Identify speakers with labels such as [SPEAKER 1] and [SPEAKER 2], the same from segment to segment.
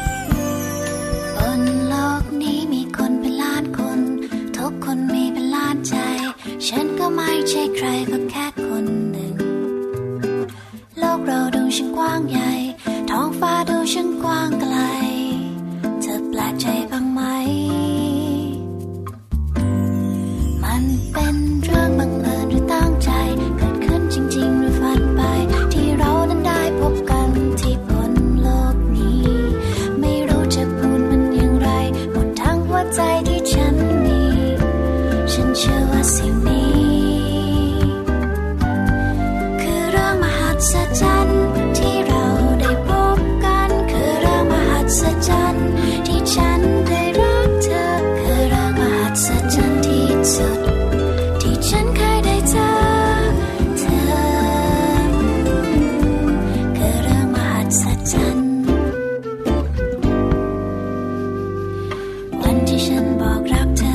[SPEAKER 1] บนโลกนี้มีคนเป็นล้านคน ทุกคนมีเป็นล้านใจ ฉันก็ไม่ใช่ใครก็แค่คนหนึ่ง โลกเราดูช่างกว้างใหญ่ ท้องฟ้าดูช่างกว้างไกล เธอแปลกใจบ้างไหม มันเป็นเรื่องบังเอิญหรือตั้งใจ เกิดขึ้นจริงๆหรือฝันไป ที่เรานั้นได้พบกันที่บนโลกนี้ ไม่รู้จะพูดมันอย่างไร หมดทั้งหัวใจที่ฉันมี ฉันเชื่อว่าสิ่งนี้ คือเรื่องมหัศจรรย์ที่เราได้พบกัน คือเรื่องมหัศจรรย์ที่ฉันได้รักเธอ คือเรื่องมหัศจรรย์ที่สุด ที่ฉันเคยได้เจอเธอ คือเรื่องมหัศจรรย์ วันที่ฉันบอกรักเธอ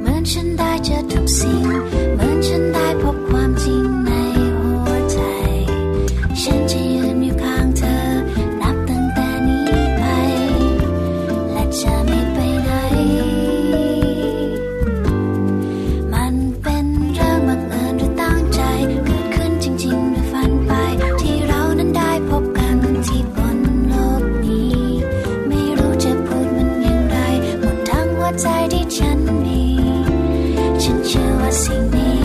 [SPEAKER 1] เหมือนฉันได้เจอทุกสิ่ง เหมือนฉันได้พบความจริงในหัวใจ ฉันจะยืนอยู่ข้างเธอ นับตั้งแต่นี้ไป และจะไม่ไปไหน มันเป็นเรื่องบังเอิญหรือตั้งใจ เกิดขึ้นจริงๆหรือฝันไป ที่เรานั้นได้พบกันที่บนโลกนี้ ไม่รู้จะพูดมันอย่างไร หมดทั้งหัวใจที่ฉันมี ฉันเชื่อว่าสิ่งนี้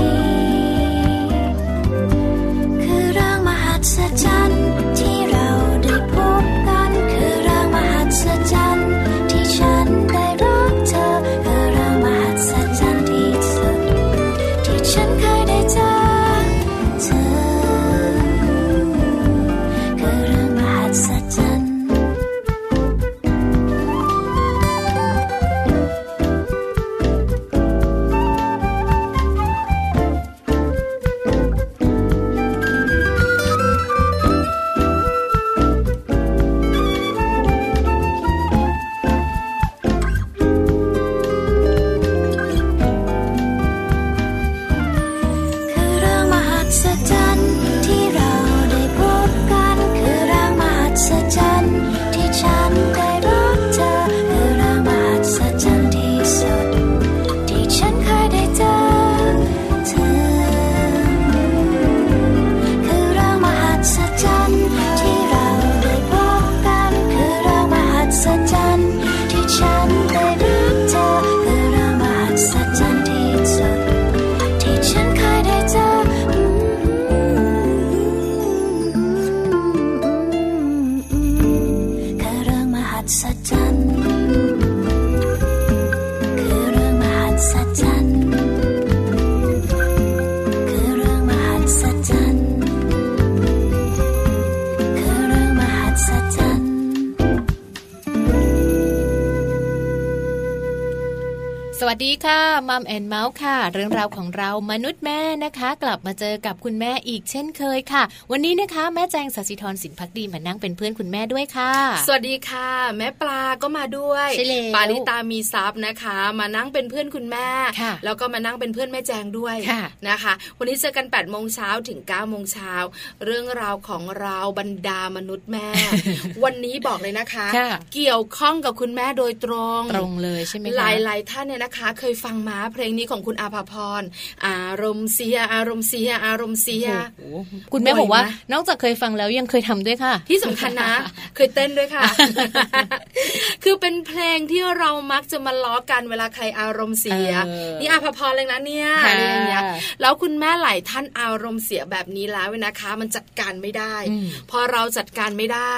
[SPEAKER 1] คือเรื่องมหัศจรรย์ที่เราได้พบกัน คือเรื่องมหัศจรรย์ที่ฉันได้รักเธอ คือเรื่องมหัศจรรย์ที่สุด ที่ฉันเคยได้เจอเธอ คือเรื่องมหัศจรรย์ คือเรื่องมหัศจรรย์ที่เราได้พบกัน คือเรื่องมหัศจรรย์ที่ฉันได้รักเธอ คือเรื่องมหัศจรรย์ที่สุด ที่ฉันเคยได้เจอเธอ คือเรื่องมหัศจรรย์ที่เราได้พบกัน คือเรื่องมหัศจรรย์ที่ฉันได้รักเธอ คือเรื่องมหัศจรรย์ที่สุด ที่ฉันเคยได้เจออืมคือเรื่องมหัศจรรย์ คือเรื่องมหัศจรรย์ คือเรื่องมหัศจรรย์ คือเรื่องมหัศจรรย์
[SPEAKER 2] สวัสดีค่ะมัมแอนเมาส์ค่ะ เรื่องราวของเรามนุษย์แม่นะคะ กลับมาเจอกับคุณแม่อีกเช่นเคยค่ะ วันนี้นะคะแม่แจงสศิธรสินพักดีมานั่งเป็นเพื่อนคุณแม่ด้วยค่ะ
[SPEAKER 3] สวัสดีค่ะ แม่ปลาก็มาด้วย
[SPEAKER 2] ใช่แล้ว
[SPEAKER 3] ปานิตามีซับนะคะ มานั่งเป็นเพื่อนคุณแม่
[SPEAKER 2] ค่ะ
[SPEAKER 3] แล้วก็มานั่งเป็นเพื่อนแม่แจงด้วย
[SPEAKER 2] ค่ะ
[SPEAKER 3] นะคะ วันนี้เจอกัน8ปดโมงเช้าถึง9ก้าโมงเช้าเรื่องราวของเราบรรดามนุษย์แม่ วันนี้บอกเลยนะคะ
[SPEAKER 2] ค่ะ
[SPEAKER 3] เกี่ยวข้องกับคุณแม่โดยตรง
[SPEAKER 2] ตรงเลยใช่ไหมคะ
[SPEAKER 3] หลายหลายๆท่านเนี่ยนะคะ เคยฟังมาเพลงนี้ของคุณอาภาพรอารมณ์เสียอารมณ์เสียอารมณ์เสีย
[SPEAKER 2] โอ้โหคุณแม่บอกว่า
[SPEAKER 3] บ่อยนะ
[SPEAKER 2] นอกจากเคยฟังแล้วยังเคยทำด้วยค่ะ
[SPEAKER 3] ที่สำคัญนะ เคยเต้นด้วยค่ะ คือเป็นเพลงที่เรามักจะมาล้อกันเวลาใครอารมณ์เสีย
[SPEAKER 2] เออ
[SPEAKER 3] นี่อาภพรเลยนะเนี่ย
[SPEAKER 2] ค่ะ
[SPEAKER 3] อะไรอย่างเงี้ยแล้วคุณแม่หลายท่านอารมณ์เสียแบบนี้แล้วเนี่ยนะคะ มันจัดการไม่ได้
[SPEAKER 2] อืม
[SPEAKER 3] พอเราจัดการไม่ได้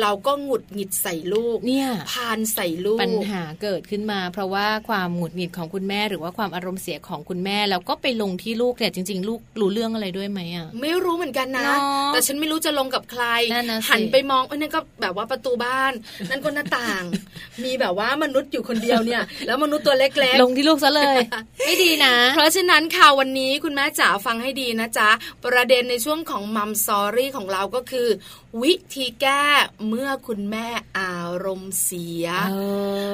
[SPEAKER 3] เราก็หงุดหงิดใส่ลูก
[SPEAKER 2] เนี่ย
[SPEAKER 3] พานใส่ลูก
[SPEAKER 2] ปัญหาเกิดขึ้นมา เพราะว่าความหงุดหงิดของคุณแม่หรือว่าความอารมณ์เสียของคุณแม่แล้วก็ไปลงที่ลูกเนี่ยจริง ๆ ลูกรู้เรื่องอะไรด้วยไหมอ่ะ
[SPEAKER 3] ไม่รู้เหมือนกันนะ
[SPEAKER 2] เนาะ
[SPEAKER 3] แต่ฉันไม่รู้จะลงกับใคร
[SPEAKER 2] นั่นน่ะสิ
[SPEAKER 3] หันไปมองเอ้ยนั่นก็แบบว่าประตูบ้าน นั่นก็หน้าต่าง มีแบบว่ามนุษย์อยู่คนเดียวเนี่ย แล้วมนุษย์ตัวเล็ก
[SPEAKER 2] ลงที่ลูกซะ เลย ไม่ดีนะ
[SPEAKER 3] ๆ เพราะฉะนั้นค่ะวันนี้คุณแม่จ๋าฟังให้ดีนะจ๊ะ ประเด็นในช่วงของมัมซอรี่ของเราก็คือ วิธีแก้เมื่อคุณแม่อารมณ์เสีย
[SPEAKER 2] เอ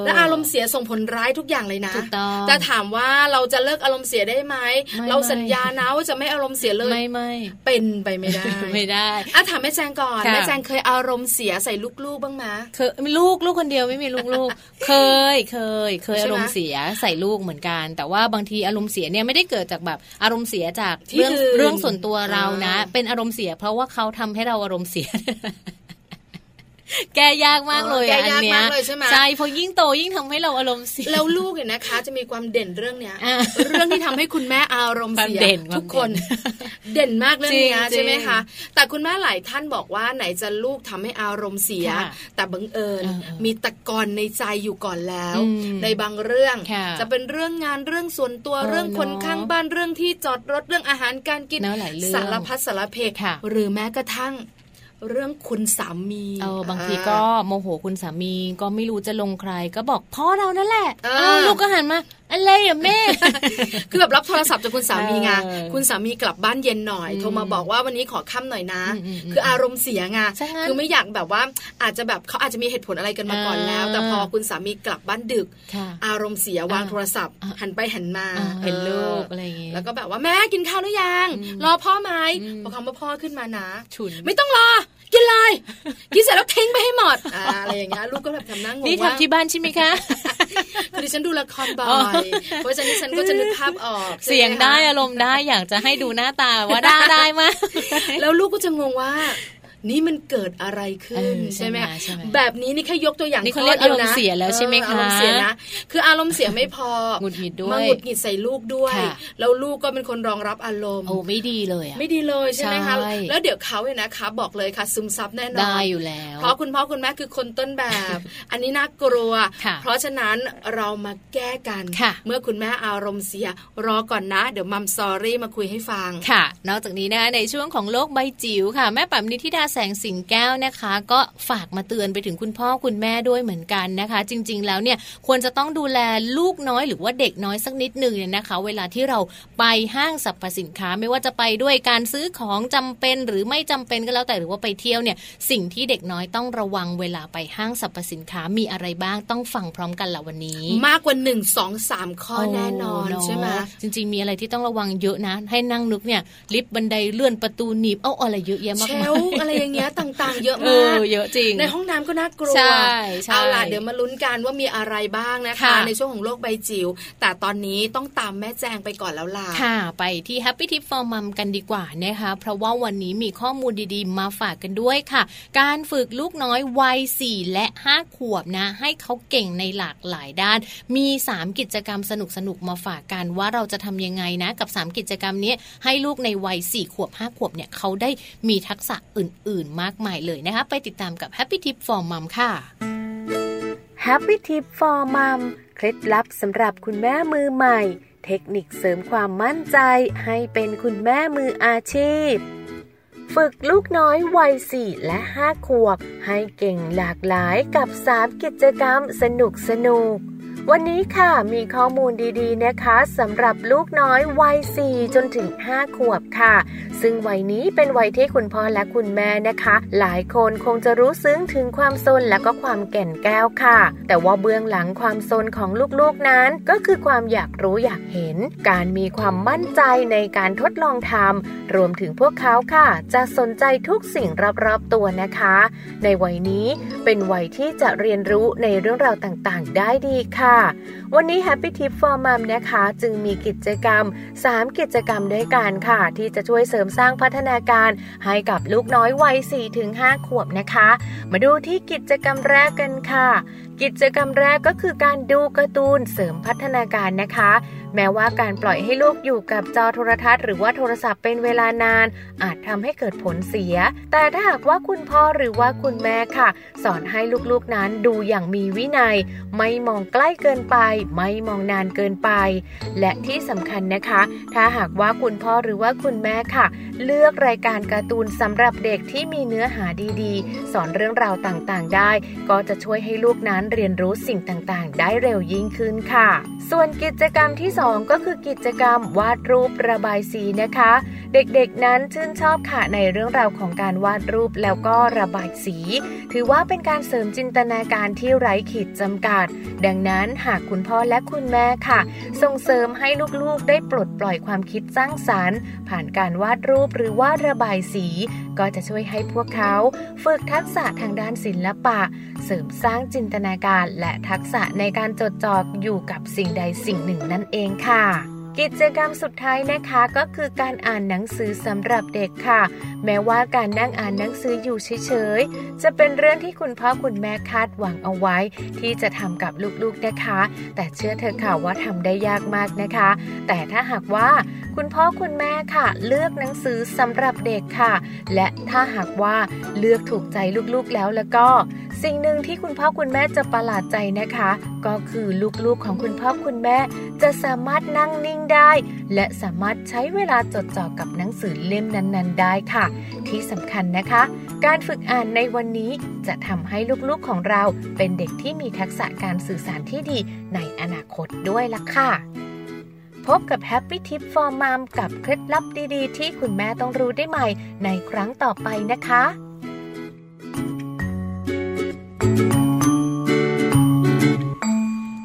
[SPEAKER 3] และอารมณ์เสียส่งผลร้ายทุกอย่างเลยนะ
[SPEAKER 2] ถูกต้อง
[SPEAKER 3] แต่ถามว่าเราจะเลิกอารมณ์เสียได้ไหม
[SPEAKER 2] ไม่
[SPEAKER 3] เราสัญ
[SPEAKER 2] ไม่
[SPEAKER 3] ญานะว่าจะไม่อารมณ์เสียเลย
[SPEAKER 2] ไม่ไม่
[SPEAKER 3] เป็นไปไม่ได้
[SPEAKER 2] ไม่ได้
[SPEAKER 3] อ่ะถามแม่แจงก่อน
[SPEAKER 2] ค่ะ
[SPEAKER 3] แม่แจงเคยอารมณ์เสียใส่ลูกๆบ้างไหม
[SPEAKER 2] เคยมีลูกลูกคนเดียวไม่มีลูกลู ก เคยเคย เคย
[SPEAKER 3] ใช่ไหม
[SPEAKER 2] อารมณ์เสียใส่ลูกเหมือนกัน แต่ว่าบางทีอารมณ์เสียเนี่ยไม่ได้เกิดจากแบบอารมณ์เสียจาก
[SPEAKER 3] ที่
[SPEAKER 2] เรื่อง
[SPEAKER 3] อื่น
[SPEAKER 2] เรื่องส่วนตัวเรานะ
[SPEAKER 3] อ่า
[SPEAKER 2] เป็นอารมณ์เสีย เพราะว่าเขาทำให้เราอารมณ์เสีย แก้ยากมากเลย
[SPEAKER 3] แก
[SPEAKER 2] อะอัน
[SPEAKER 3] ยาก
[SPEAKER 2] เนี้ย
[SPEAKER 3] มากเลยใช่ไหม
[SPEAKER 2] ใช่เพอยิ่งโตยิ่งทำให้เราอารมณ์เสีย
[SPEAKER 3] แล้วลูกเนี่ยนะคะ จะมีความเด่นเรื่องเนี้ย
[SPEAKER 2] อ่ะ
[SPEAKER 3] เรื่องที่ทำให้คุณแม่อารมณ์เสีย
[SPEAKER 2] คา
[SPEAKER 3] ว
[SPEAKER 2] มเด่น
[SPEAKER 3] ทุกคนเด่นมากเรื่องเนี้ย
[SPEAKER 2] จริงๆ
[SPEAKER 3] ใช่ไหมคะ แต่คุณแม่หลายท่านบอกว่าไหนจะลูกทำให้อารมณ์เสีย
[SPEAKER 2] ค่ะ
[SPEAKER 3] แต่บังเอิญ
[SPEAKER 2] เออเออ
[SPEAKER 3] มีตะกอนในใจอยู่ก่อนแล้ว
[SPEAKER 2] อืม
[SPEAKER 3] ในบางเรื่อง
[SPEAKER 2] ค่ะ
[SPEAKER 3] จะเป็นเรื่องงานเรื่องส่วนตัว
[SPEAKER 2] เออ
[SPEAKER 3] เรื่องคน
[SPEAKER 2] เนอะ
[SPEAKER 3] ข้างบ้านเรื่องที่จอดรถเรื่องอาหารการกิน
[SPEAKER 2] เนอะหลายเรื่อง
[SPEAKER 3] สารพัดสารเพ
[SPEAKER 2] ค่ะ
[SPEAKER 3] หรือแม้กระทั่งเรื่องคุณสามี
[SPEAKER 2] เออบางทีก็โมโหคุณสามีก็ไม่รู้จะลงใคร ก็บอกพ่อเรานั่นแหละ
[SPEAKER 3] เออ
[SPEAKER 2] เอ้าลูกก็หันมาอะไรอ่ะแม่
[SPEAKER 3] คือแบบรับโทรศัพท์จากคุณสามีไง
[SPEAKER 2] เออ
[SPEAKER 3] คุณสามีกลับบ้านเย็นหน่อย
[SPEAKER 2] อืม
[SPEAKER 3] โทรมาบอกว่าวันนี้ขอค่ำหน่อยนะ
[SPEAKER 2] อืมอืม
[SPEAKER 3] คืออารมณ์เสียไง
[SPEAKER 2] ใช่งั้น
[SPEAKER 3] คือไม่อยากแบบว่าอาจจะแบบเขาอาจจะมีเหตุผลอะไรกันมาก่อนแล้ว
[SPEAKER 2] อ่า
[SPEAKER 3] แต่พอคุณสามีกลับบ้านดึก
[SPEAKER 2] ค่ะ
[SPEAKER 3] อารมณ์เสียวางโทรศัพท์
[SPEAKER 2] อ่า
[SPEAKER 3] หันไปหันมา
[SPEAKER 2] อ่าเห็นลูก
[SPEAKER 3] เอ
[SPEAKER 2] อะไรอย่างเงี้
[SPEAKER 3] อย แล้วก็แบบว่าแม่กินข้าวหรือยัง
[SPEAKER 2] อืม
[SPEAKER 3] รอพ่อไหม
[SPEAKER 2] อืม
[SPEAKER 3] พอคำว่าพ่อขึ้นมานะ
[SPEAKER 2] ฉุน
[SPEAKER 3] ไม่ต้องรอ กินเลย กินเสร็จแล้วทิ้งไปให้หมดอ่าอะไรอย่างเงี้ย ลูกก็แบบทำหน้างง
[SPEAKER 2] นี่
[SPEAKER 3] ว่า
[SPEAKER 2] ทำที่บ้านใช่ไหมคะ
[SPEAKER 3] คือดิฉันดูละครบ่อ
[SPEAKER 2] อ๋อ
[SPEAKER 3] ย เพราะฉะนั้นดิฉันก็จะนึกภาพออกใช่หมคะ
[SPEAKER 2] เสียงได้อารมณ์ได้อยากจะให้ดูหน้าตาว่าได้ได้มาก
[SPEAKER 3] แล้วลูกก็จะงงว่า นี่มันเกิดอะไรขึ้น
[SPEAKER 2] เออใช่
[SPEAKER 3] ใช่ไหม
[SPEAKER 2] ไหม
[SPEAKER 3] คะ
[SPEAKER 2] ใช่ไหม
[SPEAKER 3] แบบนี้นี่แค่ยกตัวอย่าง
[SPEAKER 2] นี่เขาเรียก
[SPEAKER 3] ข้ดีวนะ
[SPEAKER 2] อารมณ์เสียแล้วใช่ไหมคะ
[SPEAKER 3] อออารมณ์เสียนะ คืออารมณ์เสียไม่พอ
[SPEAKER 2] หงุดหงิดด้ว
[SPEAKER 3] มาย หงุดหงิดใส่ลูกด้วย
[SPEAKER 2] ค่ะ
[SPEAKER 3] แล้วลูกก็เป็นคนรองรับอารมณ์
[SPEAKER 2] โอ้ไม่ดีเลยอ่ะ
[SPEAKER 3] ไม่ดีเลยใช่ไหมคะ
[SPEAKER 2] ใช่
[SPEAKER 3] แล้วเดี๋ยวเขาเนี่ยนะคะ บอกเลยค่ะ ซึมซับแน่นอน
[SPEAKER 2] ได้อยู่แล้ว
[SPEAKER 3] เพราะคุณพ่อคุณแม่คือคนต้นแบบ อันนี้น่ากลัว
[SPEAKER 2] ค่ะ
[SPEAKER 3] เพราะฉะนั้นเรามาแก้กัน
[SPEAKER 2] ค่ะ
[SPEAKER 3] เมื่อคุณแม่อารมณ์เสีย รอก่อนนะ เดี๋ยวมัมซอรี่มาคุยให้ฟัง
[SPEAKER 2] ค่ะ นอกจากนี้นะคะในช่วงของโลกใบจิ๋วค่ะ แม่ปัมนิธิดาแสงสิงแก้วนะคะ ก็ฝากมาเตือนไปถึงคุณพ่อคุณแม่ด้วยเหมือนกันนะคะ จริง ๆ แล้วเนี่ยควรจะต้องดูแลลูกน้อยหรือว่าเด็กน้อยสักนิดหนึ่งเนี่ยนะคะ เวลาที่เราไปห้างสรรพสินค้า ไม่ว่าจะไปด้วยการซื้อของจำเป็นหรือไม่จำเป็นก็แล้วแต่หรือว่าไปเที่ยวเนี่ยสิ่งที่เด็กน้อยต้องระวังเวลาไปห้างสรรพสินค้ามีอะไรบ้างต้องฟังพร้อมกันละวันนี้
[SPEAKER 3] มากกว่าหนึ่งสองสามข้อแน่นอน
[SPEAKER 2] โเะ
[SPEAKER 3] ใช่ไหม
[SPEAKER 2] จริง ๆ มีอะไรที่ต้องระวังเยอะนะ ให้นั่งนึกเนี่ย ลิฟต์บันไดเลื่อนประตูหนีบ เอ้าอะไรเยอะแยะมาก
[SPEAKER 3] เช
[SPEAKER 2] มาย
[SPEAKER 3] ล ฟ์อะไรอย่างเงี้ยต่างๆ เยอะ
[SPEAKER 2] เอ
[SPEAKER 3] มา
[SPEAKER 2] อก เยอะจริง
[SPEAKER 3] ในห้องน้ำก็น่ากลัว
[SPEAKER 2] ใช่ใช่
[SPEAKER 3] เอาล่ะเดี๋ยวมาลุ้นกันว่ามีอะไรบ้างนะคะ
[SPEAKER 2] ค่ะ
[SPEAKER 3] ในช่วงของโลกใบจิ๋ว แต่ตอนนี้ต้องตามแม่แจงไปก่อนแล้วล่ะ
[SPEAKER 2] ค่ะ ไปที่ Happy Tip for Mom กันดีกว่านะคะ เพราะว่าวันนี้มีข้อมูลดีๆ มาฝากกันด้วยค่ะ การฝึกลูกน้อยวัย 4 และ 5 ขวบนะ ให้เขาเก่งในหลากหลายด้าน มี 3 กิจกรรมสนุกๆ มาฝากกันว่าเราจะทำยังไงนะ กับ 3 กิจกรรมนี้ ให้ลูกในวัย 4 ขวบ 5 ขวบเนี่ยเขาได้มีทักษะอื่นๆ มากมายเลยนะคะ ไปติดตามกับ Happy Tip for Mom ค่ะ
[SPEAKER 4] Happy Tip for Mom เคล็ดลับสำหรับคุณแม่มือใหม่ เทคนิคเสริมความมั่นใจ ให้เป็นคุณแม่มืออาชีพ ฝึกลูกน้อยวัย 4 และ 5 ขวบ ให้เก่งหลากหลายกับ 3 กิจกรรมสนุกสนุกๆวันนี้ค่ะมีข้อมูลดีๆนะคะสำหรับลูกน้อยวัย 4 จนถึง 5 ขวบค่ะ ซึ่งวัยนี้เป็นวัยที่คุณพ่อและคุณแม่นะคะ หลายคนคงจะรู้ซึ้งถึงความซนและก็ความแก่นแก้วค่ะ แต่ว่าเบื้องหลังความซนของลูกๆนั้น ก็คือความอยากรู้อยากเห็น การมีความมั่นใจในการทดลองทำรวมถึงพวกเขาค่ะ จะสนใจทุกสิ่งรอบๆตัวนะคะ ในวัยนี้เป็นวัยที่จะเรียนรู้ในเรื่องราวต่างๆ ได้ดีค่ะ
[SPEAKER 2] ค่ะ วันนี้ Happy Tip for Mom นะคะ จึงมีกิจกรรม 3 กิจกรรมด้วยกันค่ะ ที่จะช่วยเสริมสร้างพัฒนาการให้กับลูกน้อยวัย 4-5 ขวบนะคะ มาดูที่กิจกรรมแรกกันค่ะ กิจกรรมแรกก็คือการดูการ์ตูนเสริมพัฒนาการนะคะ แม้ว่าการปล่อยให้ลูกอยู่กับจอโทรทัศน์หรือว่าโทรศัพท์เป็นเวลานาน อาจทำให้เกิดผลเสีย แต่ถ้าหากว่าคุณพ่อหรือว่าคุณแม่ค่ะ สอนให้ลูกๆนั้นดูอย่างมีวินัย ไม่มองใกล้เกินไป ไม่มองนานเกินไป และที่สำคัญนะคะ ถ้าหากว่าคุณพ่อหรือว่าคุณแม่ค่ะ เลือกรายการการ์ตูนสำหรับเด็กที่มีเนื้อหาดีๆ สอนเรื่องราวต่างๆ ได้ ก็จะช่วยให้ลูกนั้นเรียนรู้สิ่งต่างๆ ได้เร็วยิ่งขึ้นค่ะ ส่วนกิจกรรมที่ 2 ก็คือกิจกรรมวาดรูประบายสีนะคะ เด็กๆนั้นชื่นชอบค่ะในเรื่องราวของการวาดรูปแล้วก็ระบายสี ถือว่าเป็นการเสริมจินตนาการที่ไร้ขีดจำกัด ดังนั้นหากคุณพ่อและคุณแม่ค่ะ ส่งเสริมให้ลูกๆ ได้ปลดปล่อยความคิดสร้างสรรค์ ผ่านการวาดรูปหรือวาดระบายสี ก็จะช่วยให้พวกเขาฝึกทักษะทางด้านศิลปะ เสริมสร้างจินตนาการและทักษะในการจดจ่ออยู่กับสิ่งใดสิ่งหนึ่งนั่นเองค่ะ กิจกรรมสุดท้ายนะคะก็คือการอ่านหนังสือสำหรับเด็กค่ะ แม้ว่าการนั่งอ่านหนังสืออยู่เฉยๆจะเป็นเรื่องที่คุณพ่อคุณแม่คาดหวังเอาไว้ ที่จะทำกับลูกๆนะคะ แต่เชื่อเธอะค่ะว่าทำได้ยากมากนะคะ แต่ถ้าหากว่าคุณพ่อคุณแม่ค่ะ เลือกหนังสือสำหรับเด็กค่ะ และถ้าหากว่าเลือกถูกใจลูกๆแล้วแล้วก็ สิ่งหนึ่งที่คุณพ่อคุณแม่จะประหลาดใจนะคะ ก็คือลูกๆของคุณพ่อคุณแม่ จะสามารถนั่งนิ่งได้ และสามารถใช้เวลาจดจ่อกับหนังสือเล่มนั้นๆ ได้ค่ะ ที่สำคัญนะคะ การฝึกอ่านในวันนี้จะทำให้ลูกๆของเราเป็นเด็กที่มีทักษะการสื่อสารที่ดีในอนาคตด้วยล่ะค่ะ พบกับ Happy Tip for Mom กับเคล็ดลับดีๆ ที่คุณแม่ต้องรู้ได้ใหม่ ในครั้งต่อไปนะคะ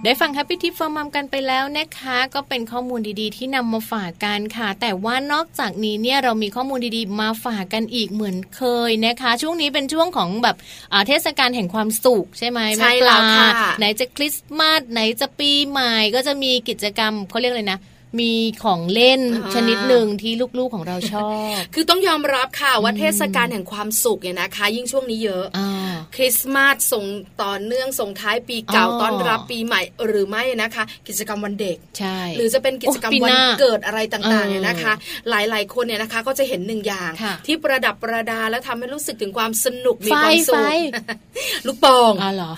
[SPEAKER 5] ได้ฟัง Happy Tip for Mom กันไปแล้วนะคะ ก็เป็นข้อมูลดีๆ ที่นำมาฝากกันค่ะ แต่ว่านอกจากนี้เนี่ยเรามีข้อมูลดีๆ มาฝากกันอีกเหมือนเคยนะคะ ช่วงนี้เป็นช่วงของแบบอ่าเทศกาลแห่งความสุขใช่ไหม
[SPEAKER 3] ใช่แล้ว
[SPEAKER 5] ม่ปา
[SPEAKER 3] ค่ะ
[SPEAKER 5] ไหนจะคริสต์มาสไหนจะปีใหม่ก็จะมีกิจกรรมเขาเรียกเลยนะ มีของเล่นชนิดหนึ่งที่ลูกๆของเราชอบ
[SPEAKER 3] คือต้องยอมรับค่ะว่าเทศกาลแห่งความสุขเนี่ยนะคะ ยิ่งช่วงนี้เยอะ
[SPEAKER 5] อ่า
[SPEAKER 3] คริสต์มาสส่งต่อเนื่องส่งท้ายปีเก่า
[SPEAKER 5] อ๋อ
[SPEAKER 3] ต้อนรับปีใหม่หรือไม่นะคะ กิจกรรมวันเด็ก
[SPEAKER 5] ใช่
[SPEAKER 3] หรือจะเป็นกิจกรรม
[SPEAKER 5] โอ้ปี
[SPEAKER 3] วั
[SPEAKER 5] ห
[SPEAKER 3] น
[SPEAKER 5] น้า
[SPEAKER 3] เกิดอะไรต่างๆเนี่ย
[SPEAKER 5] เออ
[SPEAKER 3] นะคะ หลายๆคนเนี่ยนะคะก็จะเห็นหนึ่งอย่าง
[SPEAKER 5] ค่ะ
[SPEAKER 3] ที่ประดับประดาแล้วทำให้รู้สึกถึงความสนุกมี
[SPEAKER 5] ไฟ
[SPEAKER 3] ความสุ
[SPEAKER 5] ไฟ
[SPEAKER 3] ข ลูกโป่ง
[SPEAKER 5] อ๋อเหรอ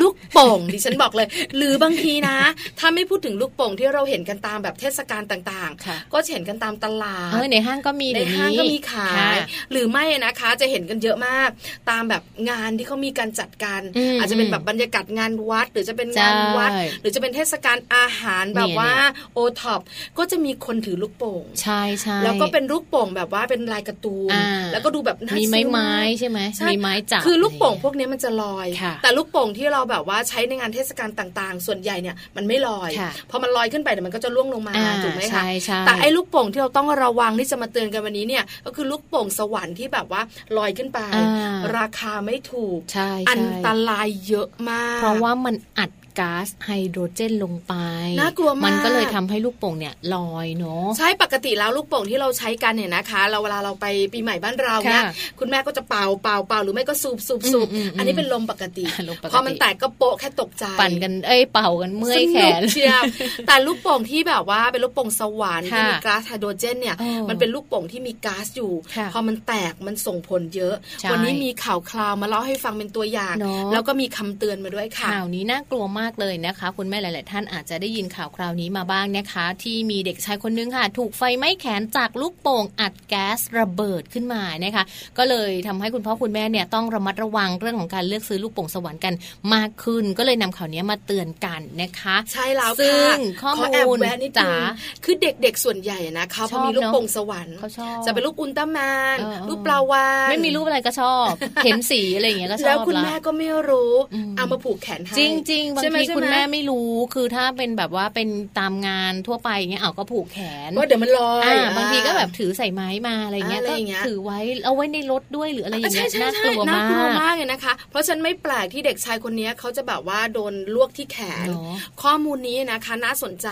[SPEAKER 3] ลูกโป่งดิฉันบอกเลย หรือบางทีนะ ถ้าไม่พูดถึงลูกโป่งที่เราเห็นกันตามแบบเทศกาลต่าง
[SPEAKER 5] ค่ะ
[SPEAKER 3] ๆ ก็จะเห็นกันตามตลาด
[SPEAKER 5] เออในห้างก็มี
[SPEAKER 3] ใน
[SPEAKER 5] เดี๋ยว
[SPEAKER 3] ห้างก็มีขาย
[SPEAKER 5] ค่ะ
[SPEAKER 3] หรือไม่นะคะจะเห็นกันเยอะมาก ตามแบบงานที่เขามีการจัดการ
[SPEAKER 5] อืม
[SPEAKER 3] อาจจะเป็นแบบบรรยากาศงานวัด หรือจะเป็นงานวัด
[SPEAKER 5] ใช่
[SPEAKER 3] หรือจะเป็นเทศกาลอาหารแบบ
[SPEAKER 5] เนี่ย
[SPEAKER 3] ว่า
[SPEAKER 5] เนี่ย
[SPEAKER 3] โอท็อปก็จะมีคนถือลูกโป่ง
[SPEAKER 5] ใช่ใช่
[SPEAKER 3] แล้วก็เป็นลูกโป่งแบบว่าเป็นลายการ์ตูน
[SPEAKER 5] อ่า
[SPEAKER 3] แล้วก็ดูแบบน่า
[SPEAKER 5] มีไม้
[SPEAKER 3] ซื้อาก
[SPEAKER 5] ไม้ใช่ไหม
[SPEAKER 3] ใช่
[SPEAKER 5] มีไม้จับ
[SPEAKER 3] คือลูกโป่งพวกนี้มันจะลอย
[SPEAKER 5] ค่ะ
[SPEAKER 3] แต่ลูกโป่งที่เราแบบว่าใช้ในงานเทศกาลต่างๆ ส่วนใหญ่เนี่ยมันไม่ลอย
[SPEAKER 5] ค่ะ
[SPEAKER 3] พอมันลอยขึ้นไปเนี่ยมันก็จะล่วงลงมา
[SPEAKER 5] อ่า
[SPEAKER 3] ถูกไหม
[SPEAKER 5] ใช่
[SPEAKER 3] คะ
[SPEAKER 5] ใช่
[SPEAKER 3] แต่ไอ้ลูกโป่งที่เราต้องระวังที่จะมาเตือนกันวันนี้เนี่ยก็คือลูกโป่งสวรรค์ที่แบบว่าลอยขึ้นไป
[SPEAKER 5] อ่า
[SPEAKER 3] ราคาไม่ถูก
[SPEAKER 5] ใช่
[SPEAKER 3] อั
[SPEAKER 5] ใช่
[SPEAKER 3] นตรายเยอะมาก
[SPEAKER 5] เพราะว่ามันอัดก๊าซไฮโดรเจนลงไป
[SPEAKER 3] น่ากลัวมาก
[SPEAKER 5] นก็เลยทำให้ลูกโป่งเนี่ยลอยเนาะ
[SPEAKER 3] ใช่ปกติแล้วลูกโป่งที่เราใช้กันเนี่ยนะคะ เราเวลาเราไปปีใหม่บ้านเราเนี่ย
[SPEAKER 5] ค่ะ
[SPEAKER 3] คุณแม่ก็จะเป่าเป่าเป่าหรือไม่ก็สูบสูบสูบ
[SPEAKER 5] อืมอืมอืม
[SPEAKER 3] อันนี้เป็นลมปกติ
[SPEAKER 5] ลมปกติ
[SPEAKER 3] พอมันแตกก็โปะแค่ตกใจ
[SPEAKER 5] ปั่นกันเอ้ยเป่ากันเมื่อยแขน
[SPEAKER 3] สกเชี ยวแต่ลูกโป่งที่แบบว่าเป็นลูกโป่งสวรรค์ที่
[SPEAKER 5] ค่ะ
[SPEAKER 3] มีก๊าซไฮโดรเจนเนี่ย
[SPEAKER 5] เออ
[SPEAKER 3] มันเป็นลูกโป่งที่มีก๊าซอยู่
[SPEAKER 5] ค่ะ
[SPEAKER 3] พอมันแตกมันส่งผลเยอะ
[SPEAKER 5] ใช่
[SPEAKER 3] วันี้มีข่าวคราวมาเล่าให้ฟังเป็นตัวอย่าง
[SPEAKER 5] เนอะ
[SPEAKER 3] แล้วก็มีคำเตือนมาด้วยค่ะ
[SPEAKER 5] ข่าวนี้น่ากลัวมากเลยนะคะ คุณแม่หลาย ๆ ท่านอาจจะได้ยินข่าวคราวนี้มาบ้างนะคะ ที่มีเด็กชายคนนึงค่ะ ถูกไฟไหม้แขนจากลูกโป่งอัดแก๊สระเบิดขึ้นมานะคะ ก็เลยทำให้คุณพ่อคุณแม่เนี่ยต้องระมัดระวังเรื่องของการเลือกซื้อลูกโป่งสวรรค์กันมากขึ้น ก็เลยนำข่าวนี้มาเตือนกันนะคะ
[SPEAKER 3] ใช่แล้ว
[SPEAKER 5] ซึ่
[SPEAKER 3] ค่ะ
[SPEAKER 5] งข้อมูล
[SPEAKER 3] ขแอบแวะนิดนึ
[SPEAKER 5] จ๋าง
[SPEAKER 3] คือเด็กๆส่วนใหญ่นะคะ
[SPEAKER 5] ช
[SPEAKER 3] พ
[SPEAKER 5] อ
[SPEAKER 3] อบ มีลูก
[SPEAKER 5] เนอะ
[SPEAKER 3] โป่งสวรรค์
[SPEAKER 5] เขาชอบ
[SPEAKER 3] จะเป็นลูกอุลตร้าแมน
[SPEAKER 5] เออเออ
[SPEAKER 3] ลูกปลาวาน
[SPEAKER 5] ไม่มีรูปอะไรก็ชอบ เข็มสีอะไรอย่างเงี้ยก็ชอบ
[SPEAKER 3] แล้วคุณ
[SPEAKER 5] ละ
[SPEAKER 3] แม่ก็ไม่รู้
[SPEAKER 5] อืม
[SPEAKER 3] เอามาผูกแขนให้
[SPEAKER 5] จริงจริงๆบาง
[SPEAKER 3] ใช่ไห ไหม
[SPEAKER 2] ที่
[SPEAKER 3] ใช่ไหม
[SPEAKER 2] คุณแม่ไม่รู้คือถ้าเป็นแบบว่าเป็นตามงานทั่วไปอย่างเงี้ยเอาก็ผูกแขน
[SPEAKER 3] ว่าเดี๋ยวมันลอย
[SPEAKER 2] อ่าบางทีก็แบบถือใส่ไม้มาอะไรเงี้ย
[SPEAKER 3] อะไร
[SPEAKER 2] ก็
[SPEAKER 3] อย่างเงี้ย
[SPEAKER 2] ถือไว้เอาไว้ในรถด้วยหรืออะไรอย่างเงี้ย
[SPEAKER 3] ใช่ใช่
[SPEAKER 2] น่า
[SPEAKER 3] ใช่
[SPEAKER 2] กลัวา
[SPEAKER 3] น่าม
[SPEAKER 2] ก
[SPEAKER 3] ลัว
[SPEAKER 2] ก
[SPEAKER 3] มากเลยนะคะ เพราะฉะนันไม่แปลกที่เด็กชายคนนี้เขาจะแบบว่าโดนลวกที่แขน
[SPEAKER 2] เนาะ
[SPEAKER 3] ข้อมูลนี้นะคะน่าสนใจ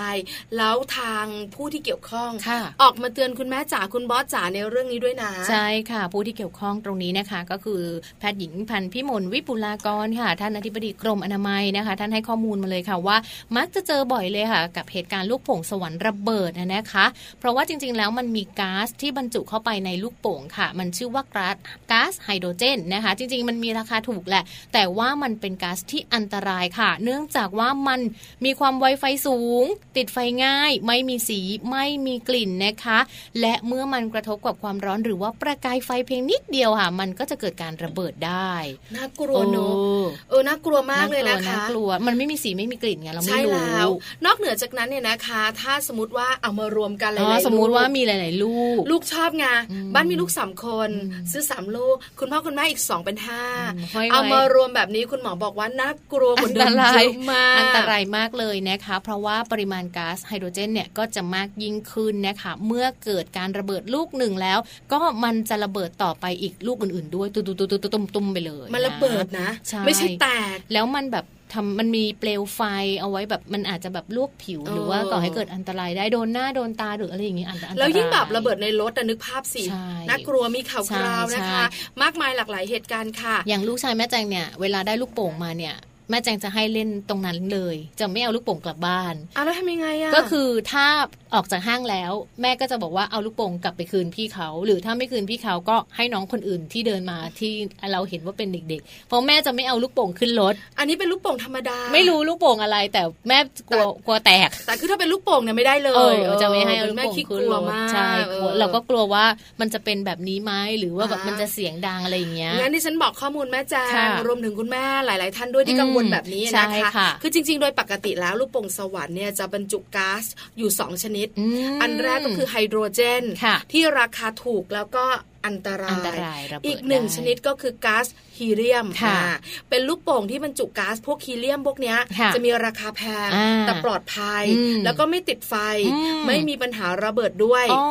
[SPEAKER 3] แล้วทางผู้ที่เกี่ยวข้อง
[SPEAKER 2] ค่ะ
[SPEAKER 3] ออกมาเตือนคุณแม่จ๋าคุณบอสจ๋าในเรื่องนี้ด้วยนะ
[SPEAKER 2] ใช่ค่ะ ผู้ที่เกี่ยวข้องตรงนี้นะคะ ก็คือแพทย์หญิงพันธุ์พิมลวิปุลากรค่ะ ท่านอธิบดีกรมอนามัยนะคะ ท่านให้ข้อมูลมาเลยค่ะว่า มักจะเจอบ่อยเลยค่ะ กับเหตุการณ์ลูกโป่งสวรรค์ระเบิดนะนะคะ เพราะว่าจริงๆแล้วมันมีก๊าซที่บรรจุเข้าไปในลูกโป่งค่ะ มันชื่อว่าก๊าซก๊าซไฮโดรเจนนะคะ จริงๆมันมีราคาถูกแหละ แต่ว่ามันเป็นก๊าซที่อันตรายค่ะ เนื่องจากว่ามันมีความไวไฟสูง ติดไฟง่าย ไม่มีสีไม่มีกลิ่นนะคะ และเมื่อมันกระทบกับความร้อนหรือว่าประกายไฟเพียงนิดเดียวค่ะ มันก็จะเกิดการระเบิดได้
[SPEAKER 3] น่ากลัวเนอะ
[SPEAKER 2] โอ้
[SPEAKER 3] เออน่ากลัวมากเลยนะคะ
[SPEAKER 2] น่ากลัวมันไม่มีสีไม่มีกลิ่นไงเรา
[SPEAKER 3] ใช่
[SPEAKER 2] ไม่รู้
[SPEAKER 3] แล้ว นอกเหนือจากนั้นเนี่ยนะคะ ถ้าสมมติว่าเอามารวมกันหลา
[SPEAKER 2] อ๋อย
[SPEAKER 3] ๆ
[SPEAKER 2] สมมุติ
[SPEAKER 3] ลูก
[SPEAKER 2] ว่ามีหลาย ๆ ลูก
[SPEAKER 3] ลูกชอบไง
[SPEAKER 2] อืม
[SPEAKER 3] บ้านมีลูกสามคน
[SPEAKER 2] อืม
[SPEAKER 3] ซื้อสามลูก คุณพ่อคุณแม่อีกสองเป็นห้า
[SPEAKER 2] อืมห้อยไว้
[SPEAKER 3] เอามารวมแบบนี้คุณหมอบอกว่าน่ากลัว
[SPEAKER 2] อั
[SPEAKER 3] คน
[SPEAKER 2] น
[SPEAKER 3] โด
[SPEAKER 2] ต
[SPEAKER 3] น
[SPEAKER 2] รา
[SPEAKER 3] เย
[SPEAKER 2] ย
[SPEAKER 3] อะมาก
[SPEAKER 2] อันตรายมากเลยนะคะ เพราะว่าปริมาณก๊าซไฮโดรเจนเนี่ยก็จะมากยิ่งขึ้นนะคะ เมื่อเกิดการระเบิดลูกหนึ่งแล้ว ก็มันจะระเบิดต่อไปอีกลูกอื่น ๆ ด้วยตุ้มๆๆๆๆๆๆไปเลย
[SPEAKER 3] มันระเบิดนะ
[SPEAKER 2] ใช่
[SPEAKER 3] ไม่ใช่แตก
[SPEAKER 2] แล้วมันแบบทำมันมีเปลวไฟเอาไว้แบบมันอาจจะแบบลวกผิว
[SPEAKER 3] เออ
[SPEAKER 2] หรือว่าก่อให้เกิดอันตรายได้โดนหน้าโดนตาหรืออะไรอย่างนี้อันตราย
[SPEAKER 3] แล้วยิ่งแบบระเบิดในรถแต่นึกภาพสิ
[SPEAKER 2] ใช่
[SPEAKER 3] น่ากลัวมีข่าวคราวนะคะ
[SPEAKER 2] ใช่
[SPEAKER 3] มากมายหลากหลายเหตุการณ์ค่ะ
[SPEAKER 2] อย่างลูกชายแม่แจงเนี่ยเวลาได้ลูกโป่งมาเนี่ยแม่แจงจะให้เล่นตรงนั้นเลย จะไม่เอาลูกโป่งกลับบ้าน
[SPEAKER 3] อ่ะแล้วทำยังไงอ่ะ
[SPEAKER 2] ก็คือถ้าออกจากห้างแล้ว แม่ก็จะบอกว่าเอาลูกโป่งกลับไปคืนพี่เขา หรือถ้าไม่คืนพี่เขาก็ให้น้องคนอื่นที่เดินมาที่เราเห็นว่าเป็นเด็ก ๆ เพราะแม่จะไม่เอาลูกโป่งขึ้นรถ
[SPEAKER 3] อันนี้เป็นลูกโป่งธรรมดา
[SPEAKER 2] ไม่รู้ลูกโป่งอะไร แต่แม่กลัวกลัวแตก
[SPEAKER 3] แต่คือถ้าเป็นลูกโป่งเนี่ยไม่ได้เล
[SPEAKER 2] เออย จะไม่ให้เอาลู
[SPEAKER 3] เคุณ
[SPEAKER 2] ก
[SPEAKER 3] แม่
[SPEAKER 2] โป่ง
[SPEAKER 3] ขี้ก
[SPEAKER 2] ขึ้น
[SPEAKER 3] ลัว
[SPEAKER 2] รถ
[SPEAKER 3] มาก
[SPEAKER 2] ใช่กลัว
[SPEAKER 3] ออ
[SPEAKER 2] เราก็กลัวว่ามันจะเป็นแบบนี้ไหมหรือว่าแบบ
[SPEAKER 3] อ่ามั
[SPEAKER 2] มันจะเสียงดังอะไรอย่างเงี้ย
[SPEAKER 3] งั้นที่ฉันบอกข้อมูลแม่แจ
[SPEAKER 2] ค่ะ
[SPEAKER 3] งรวมถึงคุณแม่หลาย ๆ ท่านด้วยที่กังวล
[SPEAKER 2] อืม
[SPEAKER 3] แบบนี้
[SPEAKER 2] ใช่
[SPEAKER 3] นะคะ
[SPEAKER 2] ค่ะ
[SPEAKER 3] คือจริง ๆ โดยปกติแล้วลูกโป่งสวรรค์เนี่ยจะบรรจุก๊าซอยู่สองชนิด
[SPEAKER 2] ม
[SPEAKER 3] อันแรกก็คือไฮโดรเจน
[SPEAKER 2] ค่ะ
[SPEAKER 3] ที่ราคาถูกแล้วก็อันตราย
[SPEAKER 2] อันตรายระเบิด
[SPEAKER 3] อีกหนึ่ง
[SPEAKER 2] ได้
[SPEAKER 3] ชนิดก็คือก๊าซฮีเลียม
[SPEAKER 2] ค่ะ
[SPEAKER 3] อ่าเป็นลูกโป่งที่บรรจุก๊าซพวกฮีเลียมพวกเนี้ย
[SPEAKER 2] ค่ะ
[SPEAKER 3] จะมีราคาแพง
[SPEAKER 2] อ่า
[SPEAKER 3] แต่ปลอดภัย
[SPEAKER 2] อืม
[SPEAKER 3] แล้วก็ไม่ติดไฟ
[SPEAKER 2] อืม
[SPEAKER 3] ไม่มีปัญหาระเบิดด้วย
[SPEAKER 2] อ๋อ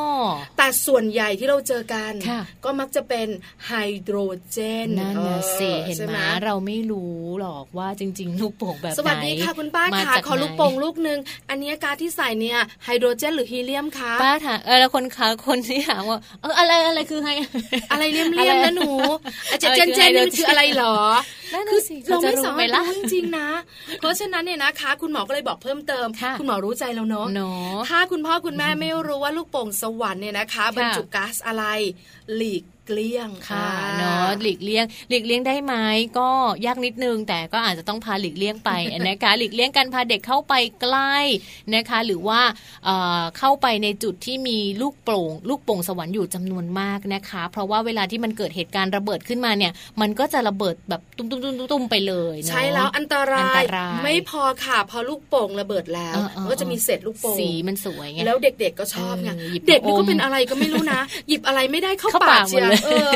[SPEAKER 3] แต่ส่วนใหญ่ที่เราเจอกัน
[SPEAKER 2] ค่ะ
[SPEAKER 3] ก็มักจะเป็นไฮโดรเจน
[SPEAKER 2] นั่นน่ะสิ
[SPEAKER 3] ออ
[SPEAKER 2] เห็น
[SPEAKER 3] ใช่
[SPEAKER 2] ไหม
[SPEAKER 3] ไม
[SPEAKER 2] เราไม่รู้หรอกว่าจริง ๆ ลูกโป่งแบบไหน
[SPEAKER 3] สวัสดีค่ะคุณป้า
[SPEAKER 2] มา
[SPEAKER 3] ค่ะ
[SPEAKER 2] จาก
[SPEAKER 3] ขอลูก
[SPEAKER 2] ไหน
[SPEAKER 3] โป่งลูกหนึ่งอันเนี้ยการที่ใส่เนี่ยไฮโดรเจนหรือฮีเลียมคะ
[SPEAKER 2] ป้าถามเออแล้วคนขาคนที่ถามว่าเอออะไรอะไรคือไฮ
[SPEAKER 3] อะไรเลี่ยมเลี่ยม
[SPEAKER 2] อะไร
[SPEAKER 3] นะหนูอาจจะ
[SPEAKER 2] อะไร
[SPEAKER 3] เจนเจนนี่มัน
[SPEAKER 2] คือ
[SPEAKER 3] คืออะไรหรอ
[SPEAKER 2] นั่นน่ะ
[SPEAKER 3] คือ
[SPEAKER 2] สิ
[SPEAKER 3] เราไม่
[SPEAKER 2] เขาจะรู้
[SPEAKER 3] สา
[SPEAKER 2] ไหม
[SPEAKER 3] มารถ
[SPEAKER 2] ล่ะ
[SPEAKER 3] รู้จริงๆนะ เพราะฉะนั้นเนี่ยนะคะ คุณหมอก็เลยบอกเพิ่มเติม
[SPEAKER 2] ค่ะ
[SPEAKER 3] คุณหมอรู้ใจเราเนาะ
[SPEAKER 2] เนาะ
[SPEAKER 3] ถ้าคุณพ่อคุณแม่ไม่รู้ว่าลูกโป่งสวรรค์เนี่ยนะคะบรรจุก๊าซอะไร หลีกเลี่ยง
[SPEAKER 2] ค่ะ
[SPEAKER 3] อ่
[SPEAKER 2] เนาะหลีกเลี่ยงหลีกเลี่ยงได้ไหมก็ยากนิดนึง แต่ก็อาจจะต้องพาหลีกเลี่ยงไป นะคะ หลีกเลี่ยงการพาเด็กเข้าไปใกล้นะคะ หรือว่าเอ่อเข้าไปในจุดที่มีลูกโป่งลูกโป่งสวรรค์อยู่จำนวนมากนะคะ เพราะว่าเวลาที่มันเกิดเหตุการณ์ระเบิดขึ้นมาเนี่ย มันก็จะระเบิดแบบตุ้มตุ้มตุ้มตุ้มๆๆๆไปเลยเนาะ
[SPEAKER 3] ใช่แล้วอันตราย
[SPEAKER 2] อันตราย
[SPEAKER 3] ไม่พอค่ะ พอลูกโป่งระเบิดแล้ว
[SPEAKER 2] เออเออ
[SPEAKER 3] มันก็จะมีเศษลูกโป่ง
[SPEAKER 2] สีมันสวยไง
[SPEAKER 3] แล้วเด็ก ๆ ก็ชอบไง
[SPEAKER 2] เออหยิบมา
[SPEAKER 3] เด็กนี่ก็
[SPEAKER 2] อม
[SPEAKER 3] เป็นอะไรก็ไม่รู้นะ หยิบอะไรไม่ได้เข้า
[SPEAKER 2] เข้า
[SPEAKER 3] ปา
[SPEAKER 2] ปาก ก
[SPEAKER 3] เชีย
[SPEAKER 2] หมด
[SPEAKER 3] ว
[SPEAKER 2] เลย
[SPEAKER 3] เออ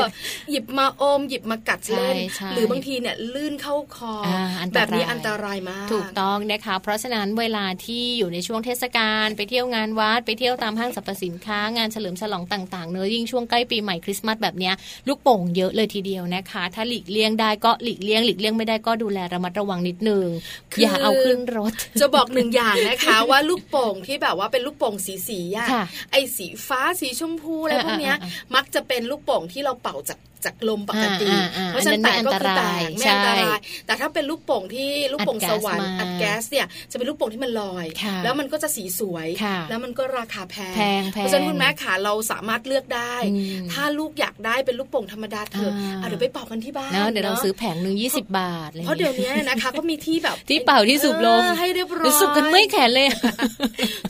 [SPEAKER 3] หยิบมาอม หยิบมากัดเล่น
[SPEAKER 2] ใช่ใช่
[SPEAKER 3] หรือบางทีเนี่ยลื่นเข้าคออา
[SPEAKER 2] อันตราย
[SPEAKER 3] แบบนี้อันตรายมาก
[SPEAKER 2] ถูกต้องนะคะ เพราะฉะนั้นเวลาที่อยู่ในช่วงเทศกาลไปเที่ยวงานวัด ไปเที่ยวตามห้างสรรพสินค้างานเฉลิมฉลองต่างๆเนื้อะยิ่งช่วงใกล้ปีใหม่คริสต์มาสแบบเนี้ยลูกโป่งเยอะเลยทีเดียวนะคะ ถ้าหลีกเลี่ยงได้ก็หลีกเลี่ยงหลีกเลี่ยงไม่ได้ก็ดูแลระมัดระวังนิดนึง
[SPEAKER 3] คือ
[SPEAKER 2] อย่าเอาขึ้นรถ
[SPEAKER 3] จะบอกหนึ่งอย่างนะคะ ว่าลูกโป่งที่แบบว่าเป็นลูกโป่งสีสีอะ
[SPEAKER 2] ค่ะ
[SPEAKER 3] ไอ้สีฟ้าสีชมพูอะไรพวกเนี้ย
[SPEAKER 2] อ่าอ่าอ่า
[SPEAKER 3] มักจะเป็นลูกโป่งที่เราเป่าจากจากลมปกติ
[SPEAKER 2] อ่าอ่าอ่า
[SPEAKER 3] เพราะฉะนั้นแตกก็คือแตกไม่
[SPEAKER 2] อั
[SPEAKER 3] อั
[SPEAKER 2] น
[SPEAKER 3] น
[SPEAKER 2] นั้นไม่
[SPEAKER 3] ต
[SPEAKER 2] อันตราย
[SPEAKER 3] รายแต่ถ้าเป็นลูกโป่งที่ลูกโป่งสวรรค์
[SPEAKER 2] อั
[SPEAKER 3] อัด
[SPEAKER 2] ดแก๊
[SPEAKER 3] แก๊
[SPEAKER 2] ส
[SPEAKER 3] สเนี่ยจะเป็นลูกโป่งที่มันลอย
[SPEAKER 2] ค่ะ
[SPEAKER 3] แล้วมันก็จะสีสวย
[SPEAKER 2] ค่ะ
[SPEAKER 3] แล้วมันก็ราคาแพ
[SPEAKER 2] แพงแพง
[SPEAKER 3] เพราะฉะนั้นคุณแม่ขาเราสามารถเลือกได้
[SPEAKER 2] อืม
[SPEAKER 3] ถ้าลูกอยากได้เป็นลูกโป่งธรรมดาเถอะ
[SPEAKER 2] อ่า
[SPEAKER 3] เอาเดี๋ยวไปเป่ากันที่บ้าน
[SPEAKER 2] เนาะเดี๋ยวเรา
[SPEAKER 3] นอะ
[SPEAKER 2] ซื้อแผงหนึ่ง20 บาทอะไรอย่าง
[SPEAKER 3] เพราะเดี๋ยว
[SPEAKER 2] งี้ย
[SPEAKER 3] นี้นะคะก็มีที่แบบ
[SPEAKER 2] ที่เป่าที่สูบลม
[SPEAKER 3] เออให้เรียบร้อย
[SPEAKER 2] รู้สึกกันไม่อยแขนเลย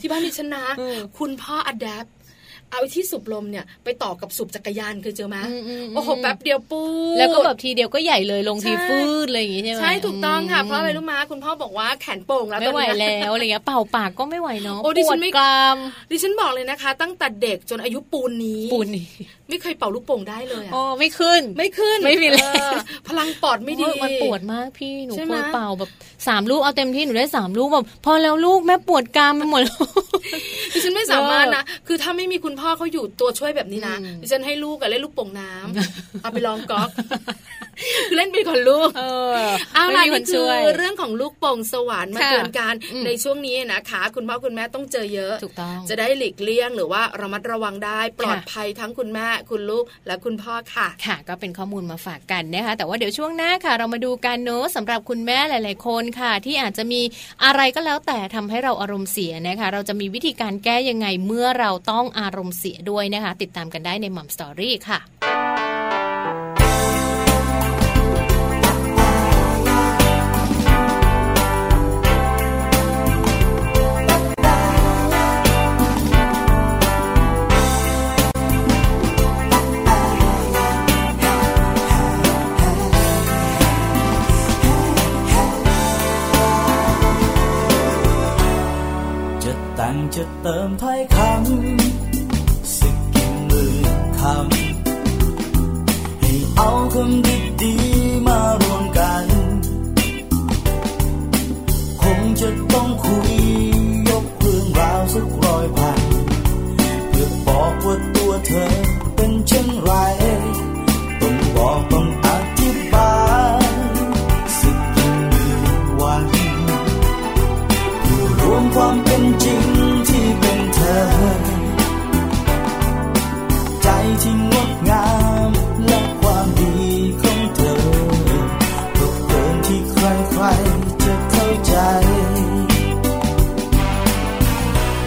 [SPEAKER 3] ที่บ้านดิฉันนะ
[SPEAKER 2] เออ
[SPEAKER 3] คุณพ่ออัดแอปเอาไอ้ที่สูบลมเนี่ย ไปต่อกับสูบจักรยานเคยเจอไหม
[SPEAKER 2] อืมอืมอืม
[SPEAKER 3] โอ้โหแป๊บเดียวปูด
[SPEAKER 2] แล้วก็แบบทีเดียวก็ใหญ่เลยลงที
[SPEAKER 3] ใช่
[SPEAKER 2] ฟืดเลยอย่างงี้ใช่ไหม
[SPEAKER 3] ใช่ถูกต้องค่ะ
[SPEAKER 2] ม
[SPEAKER 3] เพราะอะไรรู้มาคุณพ่อบอกว่าแขนโป่งแล้ว
[SPEAKER 2] ไม่ไหว
[SPEAKER 3] ตอนนี้นะ
[SPEAKER 2] แล้วอะไรเงี้ยเป่าปากก็ไม่ไหวเนาะ
[SPEAKER 3] โอ้ดิ
[SPEAKER 2] ป
[SPEAKER 3] ฉั
[SPEAKER 2] วด
[SPEAKER 3] นไม่
[SPEAKER 2] กราม
[SPEAKER 3] ดิฉันบอกเลยนะคะ ตั้งแต่เด็กจนอายุปูนนี้
[SPEAKER 2] ปูนนี่
[SPEAKER 3] ไม่เคยเป่าลูกโป่งได้เลยอะ
[SPEAKER 2] อ๋อไม่ขึ้น
[SPEAKER 3] ไม่ขึ้น
[SPEAKER 2] ไม่มีเลย
[SPEAKER 3] ออพลังปอดไม่ดี
[SPEAKER 2] โอ้ยมันปวดมากพี่หนู
[SPEAKER 3] ใช่
[SPEAKER 2] เค
[SPEAKER 3] ไหม
[SPEAKER 2] ยเป่าแบบสามลูกเอาเต็มที่หนูได้สามลูกแบบพอแล้วลูกแม่ปวดกรามไปหมดแล้ว
[SPEAKER 3] ดิฉันไม่สามารถนะ คือถ้าไม่มีคุณพ่อเขาอยู่ตัวช่วยแบบนี้นะ
[SPEAKER 2] อืม
[SPEAKER 3] ดิฉันให้ลูกอะเล่นลูกโป่งน้ำเอาไปลอง ก๊อกคือเล่นไปก่อนลูก
[SPEAKER 2] เออ
[SPEAKER 3] เอาล่ะ
[SPEAKER 2] ไม่มีค
[SPEAKER 3] นี่
[SPEAKER 2] น
[SPEAKER 3] คื
[SPEAKER 2] ช่
[SPEAKER 3] อ
[SPEAKER 2] วย
[SPEAKER 3] เรื่องของลูกโป่งสวรรค์มา
[SPEAKER 2] ค่ะ
[SPEAKER 3] เตือนกัน
[SPEAKER 2] อืม
[SPEAKER 3] ในช่วงนี้นะคะ คุณพ่อคุณแม่ต้องเจอเยอะ
[SPEAKER 2] ถูกต้อง
[SPEAKER 3] จะได้หลีกเลี่ยงหรือว่าระมัดระวังได้ปลอดภัยทั้งคุณแม่คุณลูกและคุณพ่อค่ะ
[SPEAKER 2] ค่ะก็เป็นข้อมูลมาฝากกันนะคะแต่ว่าเดี๋ยวช่วงหน้าค่ะ เรามาดูกันเนอะสำหรับคุณแม่หลาย ๆ คนค่ะ ที่อาจจะมีอะไรก็แล้วแต่ทำให้เราอารมณ์เสียนะคะ เราจะมีวิธีการแก้ยังไงเมื่อเราต้องอารมณ์เสียด้วยนะคะ ติดตามกันได้ในมัมสตอรี่ค่ะ
[SPEAKER 6] จะแต่งจะเติมถ้อยคำสิกี่หมื่นคำให้เอาคำดีดีๆมารวมกัน คงจะต้องคุยยกเรื่องราวสักร้อยพันเพื่อบอกว่าตัวเธอเป็นเช่นไร ต้องบอกต้องอธิบายสิกี่หมื่นวัน รวมความเป็นจริงที่เป็นเธอ ใจที่งดงามและความดีของเธอก็เกินที่ใครๆจะเข้าใจ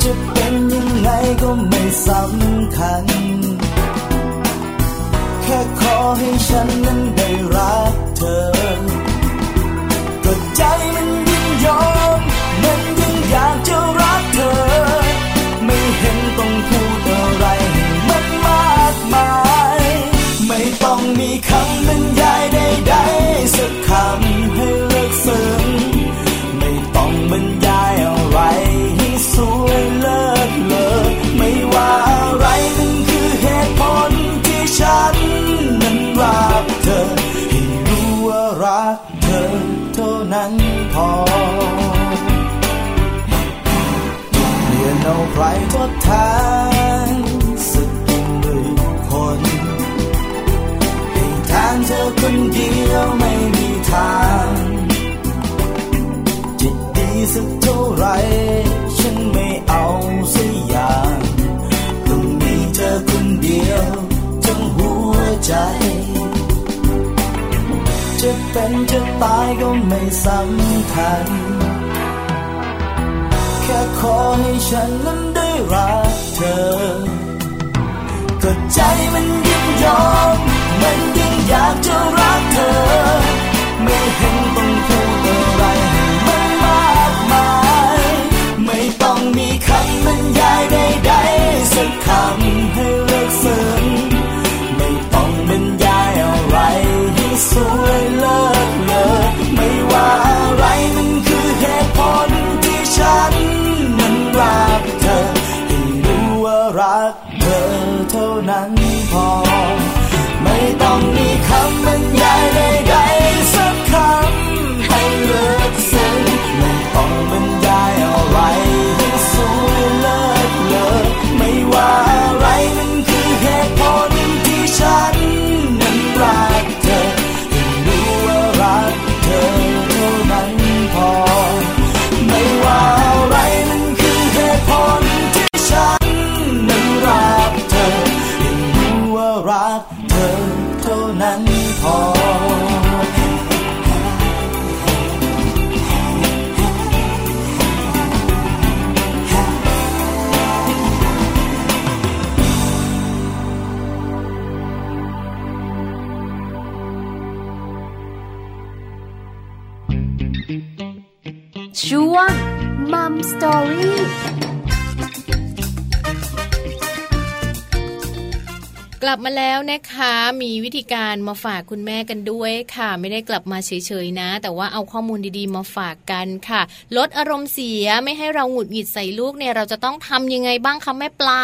[SPEAKER 6] จะเป็นยังไงก็ไม่สำคัญ แค่ขอให้ฉันนั้นได้รักเธอ ก็ใจมันยิ่งยอม มันยิ่งอยากจะรักเธอ ไม่เห็นต้องพูดอะไรให้มันมากมาย ไม่ต้องมีคำบรรยายใดๆสักคำให้เลิกซึ้งไม่ต้องบรรยายอะไรให้สวยเลิศเลอไม่ว่าอะไรมันคือเหตุผลที่ฉันนั้นรักเธอ ให้รู้ว่ารักเธอเท่านั้นพอเรียนเอาใครทดแทนสักคนหนึ่งคนเพียงทางเธอคนเดียวไม่มีทางจิตดีสักเท่าไหรฉันไม่เอาสักอย่างตรงนี้เธอคนเดียวทั้งหัวใจ จะเป็นจะตายก็ไม่สำคัญ แค่ขอให้ฉันนั้นได้รักเธอ ก็ใจมันยิ่งยอม มันยิ่งอยากจะรักเธอ ไม่เห็นต้องพูดอะไรให้มันมากมาย ไม่ต้องมีคำบรรยายใดๆสักคำให้เลิกซึ้งไม่ต้องบรรยายอะไรให้สวยเลิศเลอไม่ว่าอะไรมันคือเหตุผลที่ฉันนั้นรักเธอให้รู้ว่ารักเธอเท่านั้นพอ ไม่ต้องมีคำบรรยายใดๆสักคำให้เลิกซึ้งไม่ต้องบรรยายอะไรให้สวยเลิศเลอไม่ว่าอะไรมันคือเหตุผลที่ฉันนั้นรักเธอให้รู้ว่ารักเธอเท่านั้นพอ ไม่ว่าอะไรมันคือเหตุผลที่ฉันนั้นรักเธอให้รู้ว่ารักเธอเท่านั้นพอ
[SPEAKER 1] ช่วงมัมสตอรี่
[SPEAKER 2] กลับมาแล้วนะคะ มีวิธีการมาฝากคุณแม่กันด้วยค่ะ ไม่ได้กลับมาเฉยๆนะ แต่ว่าเอาข้อมูลดีๆ มาฝากกันค่ะ ลดอารมณ์เสียไม่ให้เราหงุดหงิดใส่ลูกเนี่ยเราจะต้องทำยังไงบ้างคะแม่ปลา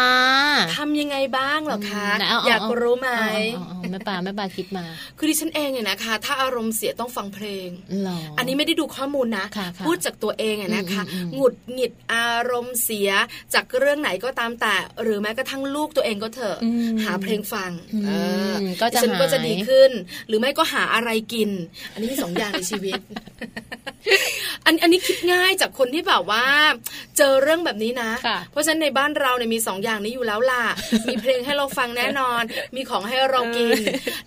[SPEAKER 3] ทำยังไงบ้างเหรอคะ
[SPEAKER 2] มเเ
[SPEAKER 3] อยากรู้ไหม
[SPEAKER 2] เอาเอาเอาเอาแม่ปลาแม่ปลาคิดมา
[SPEAKER 3] คือดิฉันเองเนี่ยนะคะ ถ้าอารมณ์เสียต้องฟังเพลง
[SPEAKER 2] หรอ
[SPEAKER 3] อั
[SPEAKER 2] อั
[SPEAKER 3] นนี้ไม่ได้ดูข้อมูลนะ
[SPEAKER 2] ค่ะค่ะ
[SPEAKER 3] พูดจากตัวเองอะนะคะ
[SPEAKER 2] อืมอืมอืม
[SPEAKER 3] หงุดหงิดอารมณ์เสียจากเรื่องไหนก็ตามแต่ หรือแม้กระทั่งลูกตัวเองก็เถอะ หาเพลงฟัง
[SPEAKER 2] อืม
[SPEAKER 3] เออ
[SPEAKER 2] ก็จะ
[SPEAKER 3] ดิฉันก็จะ
[SPEAKER 2] หาย
[SPEAKER 3] ดีขึ้น หรือไม่ก็หาอะไรกิน อันนี้มีสองอย่างในชี วิต อันอันนี้คิดง่ายจากคนที่แบบว่า เจอเรื่องแบบนี้นะ
[SPEAKER 2] ค่ะ
[SPEAKER 3] เพราะฉะนั้นในบ้านเราเนี่ยมีสองอย่างนี้อยู่แล้ว ล่ะ มีเพลงให้เราฟังแน่นอน มีของให้เรากิน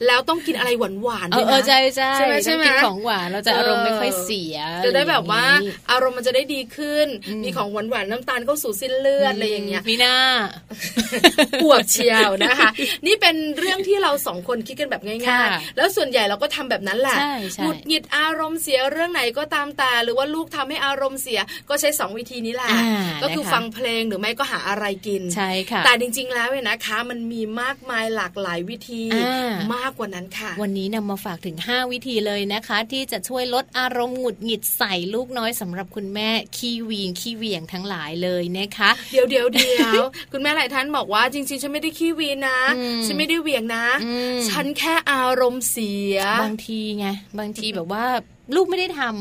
[SPEAKER 3] แล้วต้องกินอะไรหวานๆ
[SPEAKER 2] เอ
[SPEAKER 3] ด้
[SPEAKER 2] อ
[SPEAKER 3] ว
[SPEAKER 2] ย เอ
[SPEAKER 3] นะ
[SPEAKER 2] อใช่ใช่
[SPEAKER 3] ใช่ไหมใช่ไหม
[SPEAKER 2] ต้องกินของหวานเราจะอารมณ์ไม่ค่อยเสีย
[SPEAKER 3] เออจะได้แบบว่า
[SPEAKER 2] อะไรอย่งนี้
[SPEAKER 3] อารมณ์มันจะได้ดีขึ้น
[SPEAKER 2] อืม
[SPEAKER 3] มีของหวานหวานๆน้ำตาลเข้าสู่เสิ้นเลือดอะไรอย่างเงี้ย
[SPEAKER 2] มีหน้า
[SPEAKER 3] อวบเชียวนะคะ นี่เป็นเรื่องที่เราสองคนคิดกันแบบง่าย
[SPEAKER 2] ค่ะ
[SPEAKER 3] ๆ แล้วส่วนใหญ่เราก็ทำแบบนั้นแหละ
[SPEAKER 2] ใช่ใช่
[SPEAKER 3] หงุดหงิดอารมณ์เสียเรื่องไหนก็ตามแต่หรือว่าลูกทำให้อารมณ์เสียก็ใช้สองวิธีนี้แหละ
[SPEAKER 2] อ่า
[SPEAKER 3] ก็คือ
[SPEAKER 2] นะะ
[SPEAKER 3] ฟังเพลงหรือไม่ก็หาอะไรกิน
[SPEAKER 2] ใช่ค่ะ
[SPEAKER 3] แต่จริงๆแล้วเนี่ยนะคะ มันมีมากมายหลากหลายวิธี
[SPEAKER 2] อ่าม
[SPEAKER 3] มากกว่านั้นค่ะ
[SPEAKER 2] วันนี้นำมาฝากถึง 5 วิธีเลยนะคะ ที่จะช่วยลดอารมณ์หงุดหงิดใส่ลูกน้อยสำหรับคุณแม่ขี้วีงขี้เหวี่ยงทั้งหลายเลยนะคะ
[SPEAKER 3] เดี๋ยวเดี๋ยวเดี๋ยว คุณแม่หลายท่านบอกว่าจริงๆ ฉันไม่ได้ขี้วีนนะ
[SPEAKER 2] อืม
[SPEAKER 3] ฉันไม่ได้เหวี่ยงนะ
[SPEAKER 2] อืม
[SPEAKER 3] ฉันแค่อารมณ์เสีย
[SPEAKER 2] บางทีไงบางทีแบบว่าลูกไม่ได้ทำ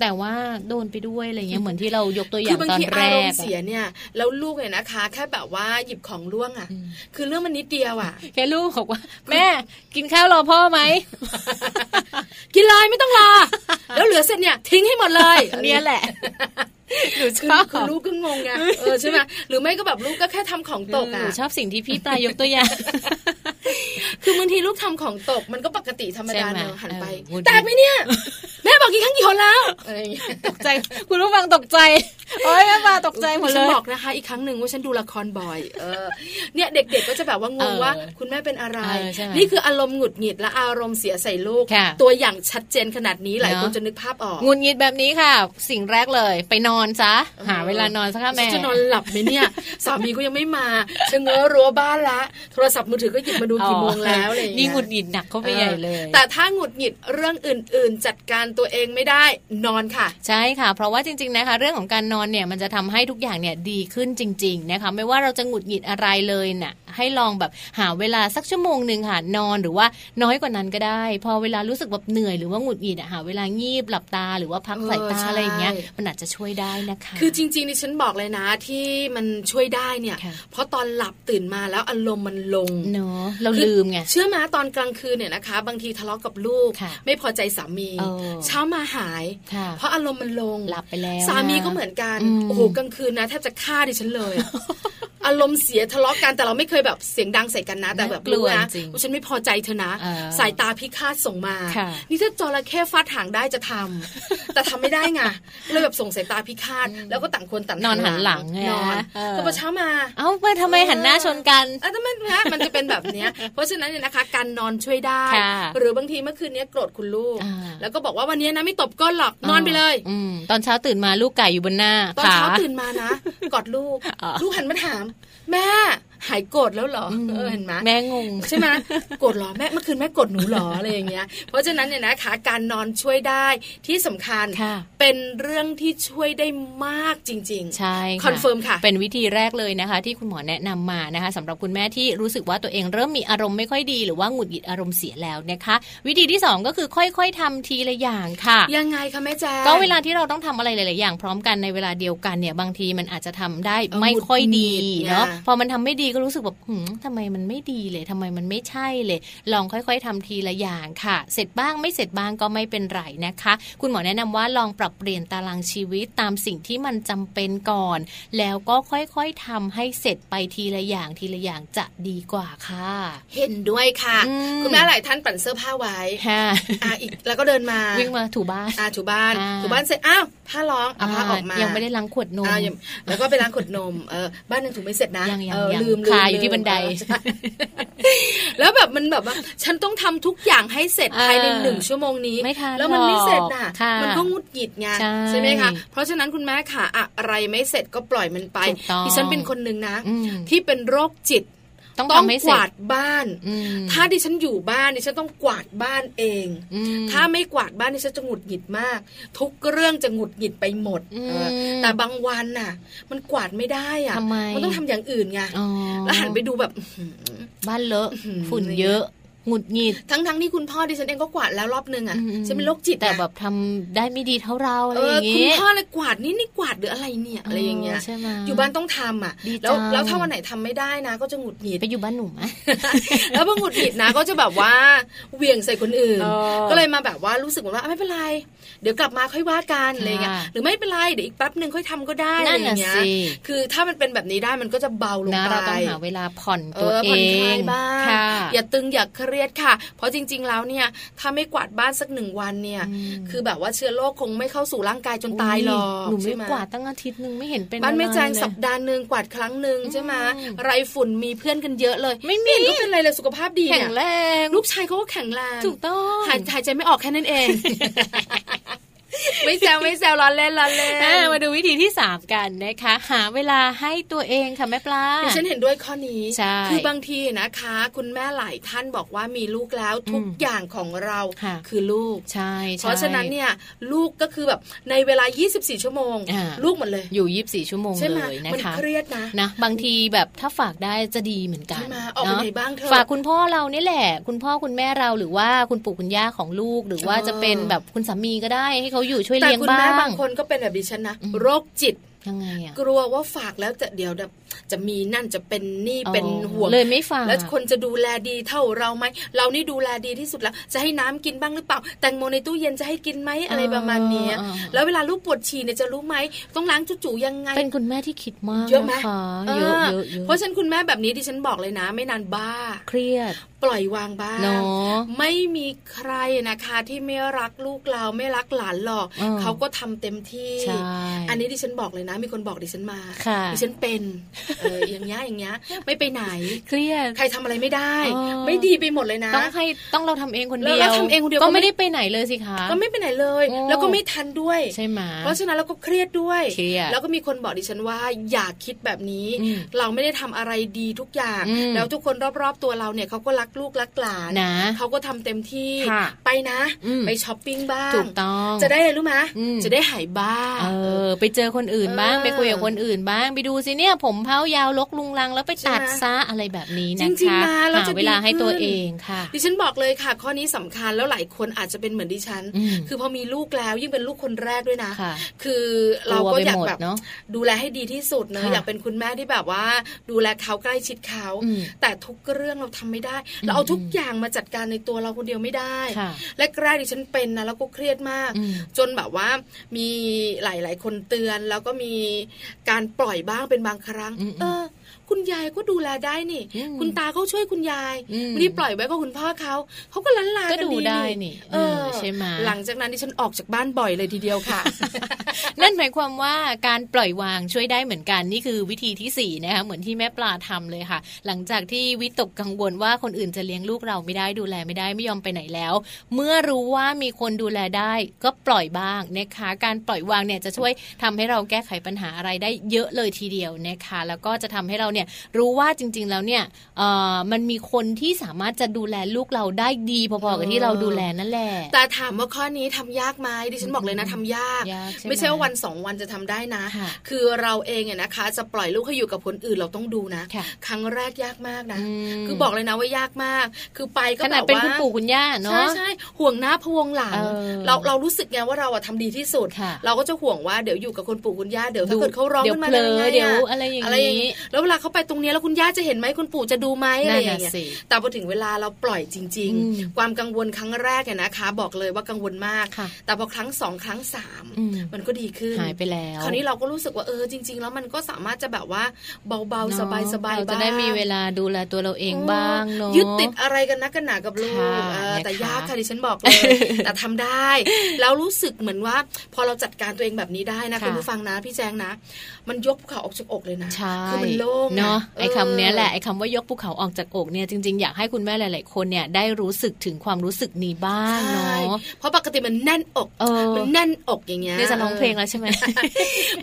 [SPEAKER 2] แต่ว่าโดนไปด้วยอะไรเงี้ยเหมือนที่เรายกตัวอย่า
[SPEAKER 3] คื
[SPEAKER 2] ง
[SPEAKER 3] บาง
[SPEAKER 2] ตอน
[SPEAKER 3] ที
[SPEAKER 2] แร
[SPEAKER 3] อารม
[SPEAKER 2] ก
[SPEAKER 3] ณ์เสีย
[SPEAKER 2] อะ
[SPEAKER 3] เนี่ยแล้วลูกเนี่ยนะคะ แค่แบบว่าหยิบของล่วงอะ่ะ
[SPEAKER 2] อืม
[SPEAKER 3] คือเรื่องมันนิดเดียวอะ่ะ
[SPEAKER 2] แค่ลูกบอกว่า แม่กินข้าวรอพ่อไหม
[SPEAKER 3] กินเลยไม่ต้องรอ แล้วเหลือเสร็จเนี่ยทิ้งให้หมด เลย
[SPEAKER 2] เนี่ยแหละหนูช
[SPEAKER 3] คือ
[SPEAKER 2] อบ
[SPEAKER 3] คือลูกก็งงไงเออใช่ไหมหรือไม่ก็แบบลูกก็แค่ทำของตก
[SPEAKER 2] หนู
[SPEAKER 3] อ่ะ
[SPEAKER 2] ชอบสิ่งที่พี่ปลายกตัว อย่าง
[SPEAKER 3] คือบางทีลูกทำของตกมันก็ปกติธรรมดา
[SPEAKER 2] ใช่ไหม
[SPEAKER 3] เนอะหันไป
[SPEAKER 2] เออพูด
[SPEAKER 3] แตกไหมเนี่ยแม่บอกกี่ครั้งกี่หนแล้วอะไรอย่างเงี้ย
[SPEAKER 2] ตกใจ คุณผู้ฟังตกใจโอ๊ยแม่ปลาตกใจหมดเล
[SPEAKER 3] ฉั
[SPEAKER 2] ย
[SPEAKER 3] นบอกนะคะอีกครั้งหนึ่งว่าฉันดูละครบ่อย เออ เนี่ยเด็กๆก็จะแบบว่างงว่า
[SPEAKER 2] เออ
[SPEAKER 3] คุณแม่เป็นอะไร
[SPEAKER 2] เออใช่ไหม
[SPEAKER 3] นี่คืออารมณ์หงุดหงิดและอารมณ์เสียใส่ลูก
[SPEAKER 2] ค่ะ
[SPEAKER 3] ตัวอย่างชัดเจนขนาดนี้หลาย
[SPEAKER 2] เนอะ
[SPEAKER 3] คนจะนึกภาพออก
[SPEAKER 2] หงุดหงิดแบบนี้ค่ะ สิ่งแรกเลย ไปนอนซะ หาเวลานอนซะค่ะแม่
[SPEAKER 3] ฉันจะนอนหลับไหมเนี่ย สามีก็ยังไม่มาชะเง้อรั้วบ้านละ โทรศัพท์มือถือก็หยิบมาดูกี่โมงแล้วอะไรอย่า ง
[SPEAKER 2] นี่
[SPEAKER 3] เงี้ย
[SPEAKER 2] หงุดหงิดหนักเข้าไปใหญ่เลย
[SPEAKER 3] แต่ถ้าหงุดหงิดเรื่องอื่น ๆ จัดการตัวเองไม่ได้นอนค่ะ
[SPEAKER 2] ใช่ค่ะ เพราะว่าจริงๆนะคะ เรื่องของการนอนเนี่ยมันจะทำให้ทุกอย่างเนี่ยดีขึ้นจริง ๆนะคะ ไม่ว่าเราจะหงุดหงิดอะไรเลยน่ะให้ลองแบบหาเวลาสักชั่วโมงหนึ่งค่ะนอนหรือว่าน้อยกว่านั้นก็ได้ พอเวลารู้สึกแบบเหนื่อยหรือว่าหงุดหงิดอะหาเวลางีบหลับตาหรือว่าพักสายตา
[SPEAKER 3] เออใช่
[SPEAKER 2] อะไรอย่างเงี้ยมันอาจจะช่วยได้นะคะ
[SPEAKER 3] คือจริงๆดิฉันบอกเลยนะที่มันช่วยได้เนี่ย
[SPEAKER 2] ค่ะ
[SPEAKER 3] เพราะตอนหลับตื่นมาแล้วอารมณ์มันลง
[SPEAKER 2] เนาะเราลืมไง
[SPEAKER 3] เชื่อมาตอนกลางคืนเนี่ยนะคะ บางทีทะเลาะกับลูก
[SPEAKER 2] ค่ะ
[SPEAKER 3] ไม่พอใจสามี
[SPEAKER 2] เออ
[SPEAKER 3] เช้ามาหาย
[SPEAKER 2] ค่ะ
[SPEAKER 3] เพราะอารมณ์มันลง
[SPEAKER 2] หลับไปแล้ว
[SPEAKER 3] สามีก็
[SPEAKER 2] ะ
[SPEAKER 3] เหมือนกัน
[SPEAKER 2] อืม
[SPEAKER 3] โอ้โหกลางคืนนะแทบจะฆ่าดิฉัน เลยอะอารมณ์เสียทะเลาะกันแต่เราไม่เคยแบบเสียงดังใส่กันนะ แต่แบบ
[SPEAKER 2] กลัว
[SPEAKER 3] นะ
[SPEAKER 2] จริง
[SPEAKER 3] ว่าฉันไม่พอใจเธอนะ
[SPEAKER 2] เออ
[SPEAKER 3] สายตาพิฆาตส่งมา
[SPEAKER 2] ค่ะ
[SPEAKER 3] นี่ถ้าจระเข้ฟาดหางได้จะทำ แต่ทำไม่ได้ไงเลยแบบส่งสายตาพิฆาตแล้วก็ต่างคนต่าง
[SPEAKER 2] นอนหันหลังไง
[SPEAKER 3] นอน
[SPEAKER 2] เออ
[SPEAKER 3] ก็พอเช้ามา
[SPEAKER 2] เอ้าไปทำไมหันหน้าชนกัน
[SPEAKER 3] อ่ะแต่มันนะมันจะเป็นแบบเนี้ย เพราะฉะนั้นเนี่ยนะคะ การนอนช่วยได้
[SPEAKER 2] ค่ะ
[SPEAKER 3] หรือบางทีเมื่อคืนเนี้ยโกรธคุณลูก
[SPEAKER 2] อ่า
[SPEAKER 3] แล้วก็บอกว่าวันเนี้ยนะไม่ตบก้นหรอกนอนไปเลย
[SPEAKER 2] อืมตอนเช้าตื่นมาลูกไก่อยู่บนหน้า
[SPEAKER 3] ตอนเช้า
[SPEAKER 2] ข
[SPEAKER 3] ตื่นมานะ กอดลูก
[SPEAKER 2] อ๋อ
[SPEAKER 3] ลูกหันมาถาม แม่หายโกรธแล้วเหรอ
[SPEAKER 2] อืม
[SPEAKER 3] เออเห็นไหม
[SPEAKER 2] แม่งง
[SPEAKER 3] ใช่ไหมโกรธเหรอแม่เมื่อคืนแม่โกรธหนูเหรออะไรอย่างเงี้ย เพราะฉะนั้นเนี่ยนะคะ การนอนช่วยได้ที่สำคัญ
[SPEAKER 2] ค่ะ
[SPEAKER 3] เป็นเรื่องที่ช่วยได้มากจริง
[SPEAKER 2] ใช่ะ
[SPEAKER 3] คอนเฟิร์มค่ะ
[SPEAKER 2] เป็นวิธีแรกเลยนะคะ ที่คุณหมอแนะนำมานะคะสำหรับคุณแม่ที่รู้สึกว่าตัวเองเริ่มมีอารมณ์ไม่ค่อยดี หรือว่าหงุดหงิดอารมณ์เสียแล้วนะคะ วิธีที่สองก็คือค่อยๆทำทีละอย่างค่ะ
[SPEAKER 3] ๆยังไงคะแม่แจ๊
[SPEAKER 2] ก็เวลาที่เราต้องทำอะไรหลาย ๆ อย่าง พร้อมกันในเวลาเดียวกันเนี่ยบางทีมันอาจจะทำได้
[SPEAKER 3] เออ
[SPEAKER 2] ไม่ค่อยดี
[SPEAKER 3] หงุดหงิดนะ
[SPEAKER 2] เนาะพอมันทำไม่ดีก็รู้สึกแบบหืมทำไมมันไม่ดีเลยทำไมมันไม่ใช่เลย ลองค่อย ๆทำทีละอย่างค่ะ เสร็จบ้างไม่เสร็จบ้างก็ไม่เป็นไรนะคะ คุณหมอแนะนำว่าลองปรับเปลี่ยนตารางชีวิตตามสิ่งที่มันจำเป็นก่อน แล้วก็ค่อย ๆทำให้เสร็จไปทีละอย่างทีละอย่างจะดีกว่าค่ะ
[SPEAKER 3] เห็นด้วยค่ะ
[SPEAKER 2] อืม
[SPEAKER 3] คุณแม่หลายท่านปั่นเสื้อผ้าไว้
[SPEAKER 2] ค่ะ
[SPEAKER 3] อ่ะอีกแล้วก็เดินมา
[SPEAKER 2] วิ่งมาถูบ้าน
[SPEAKER 3] อ่ะถูบ้าน
[SPEAKER 2] อ่า
[SPEAKER 3] ถูบ้านเสร็จอ้าวผ้าร้องเอาผ้าออกมา
[SPEAKER 2] ยั
[SPEAKER 3] ยัง
[SPEAKER 2] ไม่ได้ล้างขวดนม
[SPEAKER 3] อ่ะยังแล้วก็ไปล้างขวดนมเออบ้านยังถูไม่เสร็จนะ
[SPEAKER 2] ยังยัง
[SPEAKER 3] เออ
[SPEAKER 2] ยัง
[SPEAKER 3] ลืมลืม
[SPEAKER 2] คาอยู่
[SPEAKER 3] ลืม
[SPEAKER 2] ที่บันได
[SPEAKER 3] เออใช่ แล้วแบบมันแบบว่า ฉันต้องทำทุกอย่างให้เสร็จ
[SPEAKER 2] เออ
[SPEAKER 3] ภายในหนึ่งชั่วโมงนี้
[SPEAKER 2] ไม่ทัน
[SPEAKER 3] แล้วมันไม่เสร็จ
[SPEAKER 2] ห
[SPEAKER 3] อ่ะ
[SPEAKER 2] รอกค่ะ
[SPEAKER 3] มันก็หงุดหงิดไง
[SPEAKER 2] ใช่
[SPEAKER 3] ไหมคะเพราะฉะนั้นคุณแม่ค่ะอะไรไม่เสร็จก็ปล่อยมันไป
[SPEAKER 2] ถูกต้อง
[SPEAKER 3] ดิฉันเป็นคนหนึ่งนะ
[SPEAKER 2] อืม
[SPEAKER 3] ที่เป็นโรคจิต
[SPEAKER 2] ต้อง
[SPEAKER 3] ต้อง
[SPEAKER 2] ทำให้
[SPEAKER 3] ก
[SPEAKER 2] เสร็
[SPEAKER 3] วา
[SPEAKER 2] จ
[SPEAKER 3] ดบ้าน
[SPEAKER 2] อืม
[SPEAKER 3] ถ้าดิฉันอยู่บ้านดิฉันต้องกวาดบ้านเอง
[SPEAKER 2] อืม
[SPEAKER 3] ถ้าไม่กวาดบ้านดิฉันจะหงุดหงิดมาก ทุกเรื่องจะหงุดหงิดไปหมด
[SPEAKER 2] อืม
[SPEAKER 3] เออแต่บางวันน่ะ มันกวาดไม่ได้อ่ะ
[SPEAKER 2] ทำไม
[SPEAKER 3] นต้องทำอย่างอื่นไง
[SPEAKER 2] อ๋อ
[SPEAKER 3] แล้วหันไปดูแบบอื้อหือ
[SPEAKER 2] บ้านเลอะ
[SPEAKER 3] อื้อหือ
[SPEAKER 2] ฝุ่นเยอะหงุดหงิด
[SPEAKER 3] ทั้งๆที่คุณพ่อดิฉันเองก็กวาดแล้วรอบนึงอ่ะ
[SPEAKER 2] อืม
[SPEAKER 3] ฉันเป็นโรคจิต
[SPEAKER 2] แต่
[SPEAKER 3] นะ
[SPEAKER 2] แบบทำได้ไม่ดีเท่าเราอะไร
[SPEAKER 3] เอ
[SPEAKER 2] อ
[SPEAKER 3] อย่าง คุณ
[SPEAKER 2] งี้
[SPEAKER 3] พ่อเลยกวาดนี่นี่กวาดหรืออะไรเนี่ยอะไรอย่างเงี้ย
[SPEAKER 2] ใช่ไหม
[SPEAKER 3] อยู่บ้านต้องทำอ่ะ
[SPEAKER 2] ดี
[SPEAKER 3] แล้ว
[SPEAKER 2] จัง
[SPEAKER 3] แล้วถ้าวันไหนทำไม่ได้นะ ก็จะหงุดหงิด
[SPEAKER 2] ไปอยู่บ้านหนูไหม
[SPEAKER 3] แล้วพอหงุดหงิดนะ ก็จะแบบว่าเหวี่ยงใส่คนอื่น
[SPEAKER 2] เออ
[SPEAKER 3] ก็เลยมาแบบว่ารู้สึกเหมือนว่าอ่ะไม่เป็นไร เดี๋ยวกลับมาค่อยว่ากันอะไรอย่างเงี้ย
[SPEAKER 2] ค่ะ
[SPEAKER 3] หรือไม่เป็นไรเดี๋ยวอีกแป๊บหนึ่งค่อยทำก็ได้อะ
[SPEAKER 2] นั่
[SPEAKER 3] ไร
[SPEAKER 2] น
[SPEAKER 3] อ
[SPEAKER 2] น่ะ
[SPEAKER 3] ย่างเงี้ย
[SPEAKER 2] สิ
[SPEAKER 3] คือถ้ามันเป็นแบบนี้ได้มันก็จะเบาลง
[SPEAKER 2] นะ
[SPEAKER 3] ไป
[SPEAKER 2] เราต้องหาเวลาผ่อน
[SPEAKER 3] เอ
[SPEAKER 2] ตัว
[SPEAKER 3] อ
[SPEAKER 2] เอ
[SPEAKER 3] ผ่อนคลาง ยบ้าง
[SPEAKER 2] ค่ะ
[SPEAKER 3] อย่าตึงอย่าเครียดค่ะ เพราะจริง ๆ แล้วเนี่ยถ้าไม่กวาดบ้านสักหนึ่งวันเนี่ย
[SPEAKER 2] อืม
[SPEAKER 3] คือแบบว่าเชื้อโรคคงไม่เข้าสู่ร่างกายจนตายหรอก
[SPEAKER 2] หนูไม่
[SPEAKER 3] ใช่ไหม
[SPEAKER 2] กวาดตั้งอาทิตย์หนึงไม่เห็นเป็น
[SPEAKER 3] บ้านแม่แจง
[SPEAKER 2] อะไรเลย
[SPEAKER 3] สัปดาห์หนึ่งกวาดครั้งหนึ่ง
[SPEAKER 2] อืม
[SPEAKER 3] ใช่ไหมไรฝุ่นมีเพื่อนกันเยอะเลย
[SPEAKER 2] ไม่มี
[SPEAKER 3] เห็นก็เป็นไรเลยสุขภาพดี
[SPEAKER 2] แข็
[SPEAKER 3] เนี่
[SPEAKER 2] ง
[SPEAKER 3] ย
[SPEAKER 2] แรง
[SPEAKER 3] ลูกชายเขาก็แข็งแรง
[SPEAKER 2] ถูกต้อง
[SPEAKER 3] หายหายใจไม่ออกแค่นั้นเอง ไม่แซวไม่แซวล้อเล่นล้อเล่น
[SPEAKER 2] อ่ะมาดูวิธีที่สามกันนะคะ หาเวลาให้ตัวเองค่ะแม่ปลา
[SPEAKER 3] ดิฉันเห็นด้วยข้อนี้
[SPEAKER 2] ใช่
[SPEAKER 3] คือบางทีนะคะ คุณแม่หลายท่านบอกว่ามีลูกแล้วทุก
[SPEAKER 2] อืม
[SPEAKER 3] อย่างของเรา
[SPEAKER 2] ค่ะ
[SPEAKER 3] คือลูก
[SPEAKER 2] ใช่ใช่
[SPEAKER 3] เพราะฉะนั้นเนี่ยลูกก็คือแบบในเวลา 24 ชั่วโมง
[SPEAKER 2] อ่า
[SPEAKER 3] ลูกหมดเลย
[SPEAKER 2] อยู่ยีิบสี่ชั่วโมง
[SPEAKER 3] ใช่ไหม
[SPEAKER 2] เลยนะ
[SPEAKER 3] มัน
[SPEAKER 2] คะ
[SPEAKER 3] เครียดนะ
[SPEAKER 2] นะบางทีแบบถ้าฝากได้จะดีเหมือนกัน
[SPEAKER 3] ใช่ไหมออกไปไหนบ้างเถอะ
[SPEAKER 2] ฝากคุณพ่อเรานี่แหละ คุณพ่อคุณแม่เราหรือว่าคุณปู่คุณย่าของลูก หรือว่า
[SPEAKER 3] เออ
[SPEAKER 2] จะเป็นแบบคุณสามีก็ได้ให้เขาอยู่ช่วย
[SPEAKER 3] แต่
[SPEAKER 2] เลี้ยง
[SPEAKER 3] คุณ
[SPEAKER 2] บ้า
[SPEAKER 3] แม่
[SPEAKER 2] ง
[SPEAKER 3] บางคนก็เป็นแบบดิฉันนะ
[SPEAKER 2] อืม
[SPEAKER 3] โรคจิต
[SPEAKER 2] ยังไงอ่ะ
[SPEAKER 3] กลัวว่าฝากแล้วจะเดี๋ยวแบบจะมีนั่นจะเป็นนี่
[SPEAKER 2] อ๋อ
[SPEAKER 3] เป็นห่วง
[SPEAKER 2] เลยไม่ฝาก
[SPEAKER 3] แล้วคนจะดูแลดีเท่าเราไหมเรานี่ดูแลดีที่สุดแล้ว จะให้น้ำกินบ้างหรือเปล่า แตงโมในตู้เย็นจะให้กินไหมอะไรประมาณเนี้ย
[SPEAKER 2] อ่า
[SPEAKER 3] แล้วเวลาลูกปวดฉี่เนี่ยจะรู้ไหมต้องล้างจุ่ๆยังไง
[SPEAKER 2] เป็นคุณแม่ที่คิดมาก
[SPEAKER 3] เยอะไหม
[SPEAKER 2] นค
[SPEAKER 3] เออ
[SPEAKER 2] เยอะเยอะเยอะ
[SPEAKER 3] เพราะฉะนันคุณแม่แบบนี้ดิฉันบอกเลยนะ ไม่นานบ้า
[SPEAKER 2] เครียด
[SPEAKER 3] ปล่อยวางบ้าง
[SPEAKER 2] เนาะ
[SPEAKER 3] ไม่มีใครนะคะที่ไม่รักลูกเราไม่รักหลานหรอก
[SPEAKER 2] เออ
[SPEAKER 3] เขาก็ทำเต็มที่
[SPEAKER 2] ใช่
[SPEAKER 3] อันนี้ดิฉันบอกเลยนะ มีคนบอกดิฉันมา
[SPEAKER 2] ค่ะ
[SPEAKER 3] ดิฉัน เป็นเอออย่างเงี้ยอย่างเงี้ยไม่ไปไหน
[SPEAKER 2] เครียด
[SPEAKER 3] ใครทำอะไรไม่ได้
[SPEAKER 2] เออ
[SPEAKER 3] ไม่ดีไปหมดเลยนะ
[SPEAKER 2] ต้องให้ต้องเราทำเองคนเดียว
[SPEAKER 3] แล้วเราทำเองคนเดียวก็
[SPEAKER 2] ก็
[SPEAKER 3] ไม่
[SPEAKER 2] ไม่ได้ไปไหนเลยสิคะ
[SPEAKER 3] ก็ไม่ไปไหนเลย
[SPEAKER 2] โอ้
[SPEAKER 3] แล้วก็ไม่ทันด้วย
[SPEAKER 2] ใช่ไหม
[SPEAKER 3] เพราะฉะนั้นเราก็เครียดด้วย
[SPEAKER 2] เครียด
[SPEAKER 3] แล้วก็มีคนบอกดิฉันว่าอย่าคิดแบบนี้
[SPEAKER 2] อืม
[SPEAKER 3] เราไม่ได้ทำอะไรดีทุกอย่าง
[SPEAKER 2] อืม
[SPEAKER 3] แล้วทุกคนรอบๆตัวเราเนี่ยเขาก็รักลูกรักหลาน
[SPEAKER 2] นะ
[SPEAKER 3] เขาก็ทำเต็มที่
[SPEAKER 2] ค่ะ
[SPEAKER 3] ไปนะ
[SPEAKER 2] อืม
[SPEAKER 3] ไปช้อปปิ้งบ้าง
[SPEAKER 2] ถูกต้อง
[SPEAKER 3] จะได้อะไรรู้ไหม
[SPEAKER 2] อืม
[SPEAKER 3] จะได้หายบ้า
[SPEAKER 2] เออไปเจอคนอื่นบ้าง
[SPEAKER 3] เออ
[SPEAKER 2] ไปคุยกับคนอื่นบ้าง ไปดูสิเนี่ย ผมเผายาวลกลุงลังแล้วไปตัด
[SPEAKER 3] ใช่ไหม
[SPEAKER 2] ซะอะไรแบบนี้
[SPEAKER 3] จ
[SPEAKER 2] นะ
[SPEAKER 3] ริง
[SPEAKER 2] คะ
[SPEAKER 3] ๆนะแล้ว
[SPEAKER 2] หา
[SPEAKER 3] จะ
[SPEAKER 2] เวลา
[SPEAKER 3] ดี
[SPEAKER 2] ให้ตัว
[SPEAKER 3] ขึ้น
[SPEAKER 2] เองค่ะ
[SPEAKER 3] ดิฉันบอกเลยค่ะ ข้อนี้สำคัญแล้วหลายคนอาจจะเป็นเหมือนดิฉัน
[SPEAKER 2] อืม
[SPEAKER 3] คือพอมีลูกแล้วยิ่งเป็นลูกคนแรกด้วยนะ
[SPEAKER 2] ค่ะ
[SPEAKER 3] คือเรา
[SPEAKER 2] ลัว
[SPEAKER 3] ก็
[SPEAKER 2] ไป
[SPEAKER 3] อยาก
[SPEAKER 2] หมด
[SPEAKER 3] แบบ
[SPEAKER 2] เนาะ
[SPEAKER 3] ดูแลให้ดีที่สุดเนอะ
[SPEAKER 2] ค่ะ
[SPEAKER 3] อยากเป็นคุณแม่ที่แบบว่า ดูแลเขาใกล้ชิดเขา
[SPEAKER 2] อืม
[SPEAKER 3] แต่ทุกเรื่องเราทำไม่ได้
[SPEAKER 2] อืม
[SPEAKER 3] เราเอาทุกอย่างมาจัดการในตัวเราคนเดียวไม่ได้
[SPEAKER 2] ค่ะ
[SPEAKER 3] และแรกๆดิฉันเป็นนะแล้วก็เครียดมาก
[SPEAKER 2] อืม
[SPEAKER 3] จนแบบว่ามีหลายๆ คนเตือน แล้วก็มีการปล่อยบ้างเป็นบางครั้ง
[SPEAKER 2] อืม
[SPEAKER 3] เออ คุณยายก็ดูแลได้นี่
[SPEAKER 2] อืม
[SPEAKER 3] คุณตาเขาช่วยคุณยาย
[SPEAKER 2] อืม
[SPEAKER 3] ไม่ได้ปล่อยไว้ก็คุณพ่อเขาเขาก็ล้านลา
[SPEAKER 2] ก็
[SPEAKER 3] น
[SPEAKER 2] ดูได้นี่
[SPEAKER 3] เออ
[SPEAKER 2] ใช่ไหม
[SPEAKER 3] หลังจากนั้นที่ฉันออกจากบ้านบ่อยเลยทีเดียวค่ะ
[SPEAKER 2] นั่นหมายความว่าการปล่อยวางช่วยได้เหมือนกันนี่คือวิธีที่สี่นะคะเหมือนที่แม่ปลาทำเลยค่ะ หลังจากที่วิตกกังวลว่าคนอื่นจะเลี้ยงลูกเราไม่ได้ดูแลไม่ได้ไม่ยอมไปไหนแล้ว เมื่อรู้ว่ามีคนดูแลได้ ก็ปล่อยบ้างนะคะ การปล่อยวางเนี่ยจะช่วยทำให้เราแก้ไขปัญหาอะไรได้เยอะเลยทีเดียวนะคะ แล้วก็จะทำให้เราเนี่ยรู้ว่าจริง ๆ แล้วเนี่ยเอ่อมันมีคนที่สามารถจะดูแลลูกเราได้ดีพอๆกับที่เราดูแลนั่นแหละ
[SPEAKER 3] แต่ถามว่าข้อนี้ทำยากไหมดิฉันบอกเลยนะทำยาก
[SPEAKER 2] ยากใช่ไหม
[SPEAKER 3] ไม่ใช่ว่าวันสองวันจะทำได้นะ
[SPEAKER 2] ค่ะ
[SPEAKER 3] คือเราเองเนี่ยนะคะ จะปล่อยลูกให้อยู่กับคนอื่นเราต้องดูนะ
[SPEAKER 2] ค่ะ
[SPEAKER 3] ครั้งแรกยากมากนะ
[SPEAKER 2] อืม
[SPEAKER 3] คือบอกเลยนะว่ายากมาก คือไปก็
[SPEAKER 2] ขนาด
[SPEAKER 3] แบบ
[SPEAKER 2] เป็น
[SPEAKER 3] ว่า
[SPEAKER 2] คุณปู่คุณย่าเนาะ
[SPEAKER 3] ใช่ใช่ห่วงหน้าพะวงหลัง
[SPEAKER 2] เออ
[SPEAKER 3] เราเรารู้สึกไงว่าเราอะทำดีที่สุด
[SPEAKER 2] ค่ะ
[SPEAKER 3] เราก็จะห่วงว่าเดี๋ยวอยู่กับคนปู่คุณย่าเดี๋ยวถ้า
[SPEAKER 2] ดู
[SPEAKER 3] เกิดเขาร้องขึ้นมา
[SPEAKER 2] เดี๋ยว
[SPEAKER 3] งไงะ
[SPEAKER 2] เผลอเดี๋ยวอะไรอย่าง
[SPEAKER 3] อะไรอย่าง
[SPEAKER 2] นี้
[SPEAKER 3] นี้แล้วเวลาเขาไปตรงเนี้ยแล้วคุณย่าจะเห็นไหมคุณปู่จะดูไหมอะไร
[SPEAKER 2] นั่น
[SPEAKER 3] อย่า
[SPEAKER 2] น่ะ
[SPEAKER 3] งเงี้ย
[SPEAKER 2] สิ
[SPEAKER 3] แต่พอถึงเวลาเราปล่อยจริง
[SPEAKER 2] อืม
[SPEAKER 3] ๆ ความกังวลครั้งแรกเนี่ยนะคะ บอกเลยว่ากังวลมาก
[SPEAKER 2] ค่ะ
[SPEAKER 3] แต่พอครั้งสองครั้งสาม
[SPEAKER 2] อืม
[SPEAKER 3] มันก็ดีขึ้น
[SPEAKER 2] หายไปแล้ว
[SPEAKER 3] คราวนี้เราก็รู้สึกว่าเออจริง ๆ แล้วมันก็สามารถจะแบบว่าเบาๆ
[SPEAKER 2] เนะ
[SPEAKER 3] สบายๆบ้าง
[SPEAKER 2] เราจะได้มีเวลาดูแลตัวเราเองบ้างเนาะ
[SPEAKER 3] ยึดติดอะไรกันนักกันหนากับลูก
[SPEAKER 2] ค่ะ
[SPEAKER 3] เออแต่
[SPEAKER 2] นะคะ
[SPEAKER 3] ยากค่ะดิฉันบอก เลย แต่ทำได้ แล้วรู้สึกเหมือนว่า พอเราจัดการตัวเองแบบนี้ได้นะ
[SPEAKER 2] ค่ะ
[SPEAKER 3] คุณผู้ฟังนะพี่แจงนะ มันยกภูเขาออกจากอกเลยนะ
[SPEAKER 2] ใช่
[SPEAKER 3] คือมันโล่ง
[SPEAKER 2] เนาะไอ้
[SPEAKER 3] เ
[SPEAKER 2] คำเนี้ยแหละไอ้คำว่ายกภูเขาออกจากอกเนี่ยจริงๆ อยากให้คุณแม่หลายๆคนเนี่ยได้รู้สึกถึงความรู้สึกนี้บ้าง
[SPEAKER 3] ใช่
[SPEAKER 2] เนาะ
[SPEAKER 3] เพราะปกติมันแน่นอก
[SPEAKER 2] เออ
[SPEAKER 3] มันแน่นอกอย่างเงี้ย
[SPEAKER 2] เนี่ยจะร้องเพล ลงแล้วใช่ไหม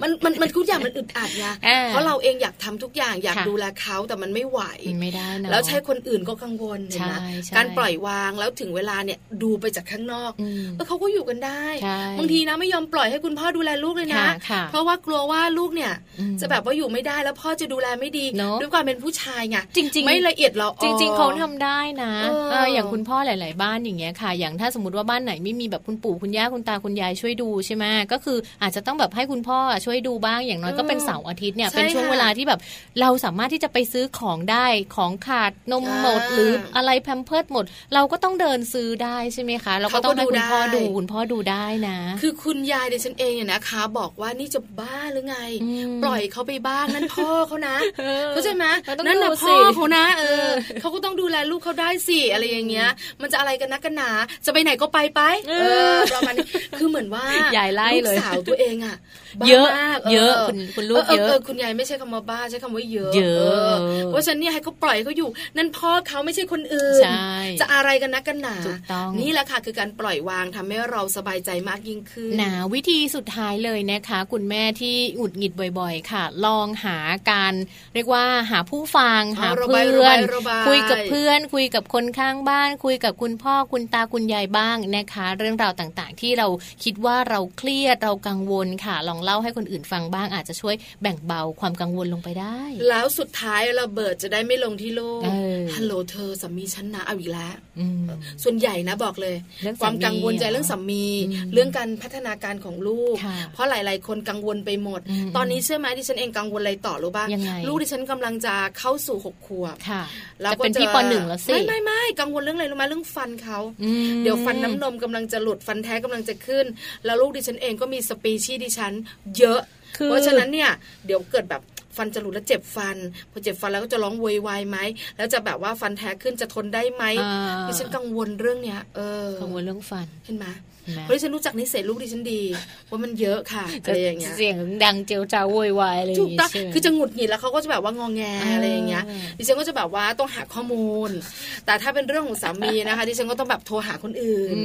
[SPEAKER 3] มันมันมันทุกอย่างมันอึดอัดไง
[SPEAKER 2] อ่า
[SPEAKER 3] เพราะเราเองอยากทำทุกอย่างอยาก
[SPEAKER 2] ค่ะ
[SPEAKER 3] ดูแลเขาแต่มันไม่ไหว
[SPEAKER 2] มันไม่ได้เนอะ
[SPEAKER 3] แล้วใช้คนอื่นก็กังวลเห็นไหม
[SPEAKER 2] ใช่ใช่
[SPEAKER 3] การปล่อยวางแล้วถึงเวลาเนี่ยดูไปจากข้างนอก
[SPEAKER 2] อืม
[SPEAKER 3] เออเขาก็อยู่กันได้
[SPEAKER 2] ใช่
[SPEAKER 3] บางทีนะไม่ยอมปล่อยให้คุณพ่อดูแลลูกเลยนะ
[SPEAKER 2] ค่ะค่ะ
[SPEAKER 3] เพราะว่ากลัวว่าลูกเนี่ย
[SPEAKER 2] อืม
[SPEAKER 3] จะแบบว่าอยู่ไม่ได้แล้วพ่อจะดูแลไม่ดี
[SPEAKER 2] เนอะ
[SPEAKER 3] ด้วยความเป็นผู้ชายไง
[SPEAKER 2] จริงๆ
[SPEAKER 3] ไม่ละเอียดละออ
[SPEAKER 2] จริงๆ เขาทำได้นะ
[SPEAKER 3] เออ
[SPEAKER 2] เอออย่างคุณพ่อหลาย ๆ บ้านอย่างเงี้ยค่ะ อย่างถ้าสมมติว่าบ้านไหนไม่มีแบบคุณปู่คุณย่าคุณตาคุณยายช่วยดูใช่ไหมก็คืออาจจะต้องแบบให้คุณพ่อช่วยดูบ้างอย่างน้อยก็เป็นเสาร์อาทิตย์เนี่ย
[SPEAKER 3] ใช่
[SPEAKER 2] เป็นช่วง
[SPEAKER 3] ค่ะ
[SPEAKER 2] เวลาที่แบบเราสามารถที่จะไปซื้อของได้ของขาดนม
[SPEAKER 3] อ่า
[SPEAKER 2] หมดหรืออะไรแพมเพิร์ดหมด เราก็ต้องเดินซื้อได้ใช่ไหมคะ เราก็ต้องให้คุณพ่อ
[SPEAKER 3] เขาก็ดู
[SPEAKER 2] ดู
[SPEAKER 3] ได้
[SPEAKER 2] คุณพ่อดูได้นะ
[SPEAKER 3] คือคุณยายเดยวฉันเองเนี่ยนะคะ บอกว่านี่จะบ้าหรือไง
[SPEAKER 2] อืม
[SPEAKER 3] ปล่อยเขาไปบ้างนั่นพ่อเขานะ
[SPEAKER 2] เออ
[SPEAKER 3] เข้าใจไหม
[SPEAKER 2] เราต้อง
[SPEAKER 3] นั่นน่ะ
[SPEAKER 2] ดูสิ
[SPEAKER 3] พ่อเขานะเออเขาก็ต้องดูแลลูกเขาได้สิอะไรอย่างเงี้ย มันจะอะไรกันนักกันหนาจะไปไหนก็ไปไป
[SPEAKER 2] เอ
[SPEAKER 3] เอ
[SPEAKER 2] อ
[SPEAKER 3] อประมาณนี้คือเหมือนว่าย
[SPEAKER 2] ายไล่เลย
[SPEAKER 3] กสาวตัวเองอะบ้า
[SPEAKER 2] เยอะ
[SPEAKER 3] มาก
[SPEAKER 2] เยอะคุณคุณลูกเยอะ
[SPEAKER 3] คุณยายไม่ใช่คำว่าบ้าใช้คำว่าเยอะ
[SPEAKER 2] เยอะ
[SPEAKER 3] เพราะฉะนันเนี่ยให้เขาปล่อยเขาอยู่ นั่นพ่อเขาไม่ใช่คนอื่น
[SPEAKER 2] ใช่
[SPEAKER 3] จะอะไรกันนักกันหนา
[SPEAKER 2] ถูกต้อง
[SPEAKER 3] นี่แหละค่ะคือการปล่อยวางทำให้เราสบายใจมากยิ่งขึ้น
[SPEAKER 2] นะวิธีสุดท้ายเลยนะคะ คุณแม่ที่หงุดหงิดบ่อย ๆ ค่ะ ลองหาการ เรียกว่าหาผู้ฟัง หา
[SPEAKER 3] ระ
[SPEAKER 2] เพื่
[SPEAKER 3] บาย
[SPEAKER 2] อน
[SPEAKER 3] ระบายระบาย
[SPEAKER 2] คุยกับเพื่อน คุยกับคนข้างบ้าน คุยกับคุณพ่อคุณตาคุณยายบ้างนะคะ เรื่องราวต่างๆ ที่เราคิดว่าเราเครียดเรากังวลค่ะ ลองเล่าให้คนอื่นฟังบ้างอาจจะช่วยแบ่งเบาความกังวลลงไปได้
[SPEAKER 3] แล้วสุดท้ายระเบิดจะได้ไม่ลงที่โลก
[SPEAKER 2] เออ
[SPEAKER 3] ฮัลโหลเธอสามีฉันนะเอาอีกแล้ว
[SPEAKER 2] อืม
[SPEAKER 3] ส่วนใหญ่นะบอกเลย
[SPEAKER 2] เรื่องสามี
[SPEAKER 3] ความกังวลใจเรื่องสามี
[SPEAKER 2] อืม
[SPEAKER 3] เรื่องการพัฒนาการของลูก
[SPEAKER 2] ค่ะ
[SPEAKER 3] เพราะหลาย ๆ คนกังวลไปหมด
[SPEAKER 2] อืม
[SPEAKER 3] ตอนนี้เชื่อไหมที่ฉันเองกังวลอะไรต่อรู้ป่ะ
[SPEAKER 2] ยังไง
[SPEAKER 3] ลูกที่ฉันกำลังจะเข้าสู่หกขวบ
[SPEAKER 2] ค่ะ
[SPEAKER 3] แล้ว
[SPEAKER 2] จะ
[SPEAKER 3] ก็
[SPEAKER 2] เป็นพี่ปหนึ่งแล้วสิ
[SPEAKER 3] ไม่ไม่ไม่กังวลเรื่องอะไรรู้ไหมเรื่องฟันเขา
[SPEAKER 2] อืม
[SPEAKER 3] เดี๋ยวฟันน้ำนมกำลังจะหลุดฟันแท้กำลังจะขึ้น แล้วลูกดิฉันเองก็มีสปีชีส์ดิฉันเยอะ
[SPEAKER 2] คือ
[SPEAKER 3] เพราะฉะนั้นเนี่ยเดี๋ยวเกิดแบบฟันจะหลุดแล้วเจ็บฟัน พอเจ็บฟันแล้วก็จะร้องโวยวายไหมแล้วจะแบบว่าฟันแท้ขึ้นจะทนได้ไหม
[SPEAKER 2] อ่า
[SPEAKER 3] ดิฉันกังวลเรื่องเนี้ยเออ
[SPEAKER 2] กังวลเรื่องฟัน
[SPEAKER 3] เห็นไหม
[SPEAKER 2] นะ
[SPEAKER 3] เพราะดิฉันรู้จักนิสัยลูกดิฉันดี ว่ามันเยอะค่ะอะไรอย่างเงี้ย
[SPEAKER 2] เสียงดังเจียวจ้าวโวยวายอะไรอย่า
[SPEAKER 3] ถู
[SPEAKER 2] ง
[SPEAKER 3] ก
[SPEAKER 2] งี้
[SPEAKER 3] ต้อง
[SPEAKER 2] ใช่ไหม
[SPEAKER 3] คือจะหงุดหงิดแล้วเขาก็จะแบบว่างองแงอะไรอย่างเงี้ย
[SPEAKER 2] อ่า
[SPEAKER 3] ดิฉันก็จะแบบว่าต้องหาข้อมูล แต่ถ้าเป็นเรื่องของสามีนะคะดิฉันก็ต้องแบบโทรหาคนอื่น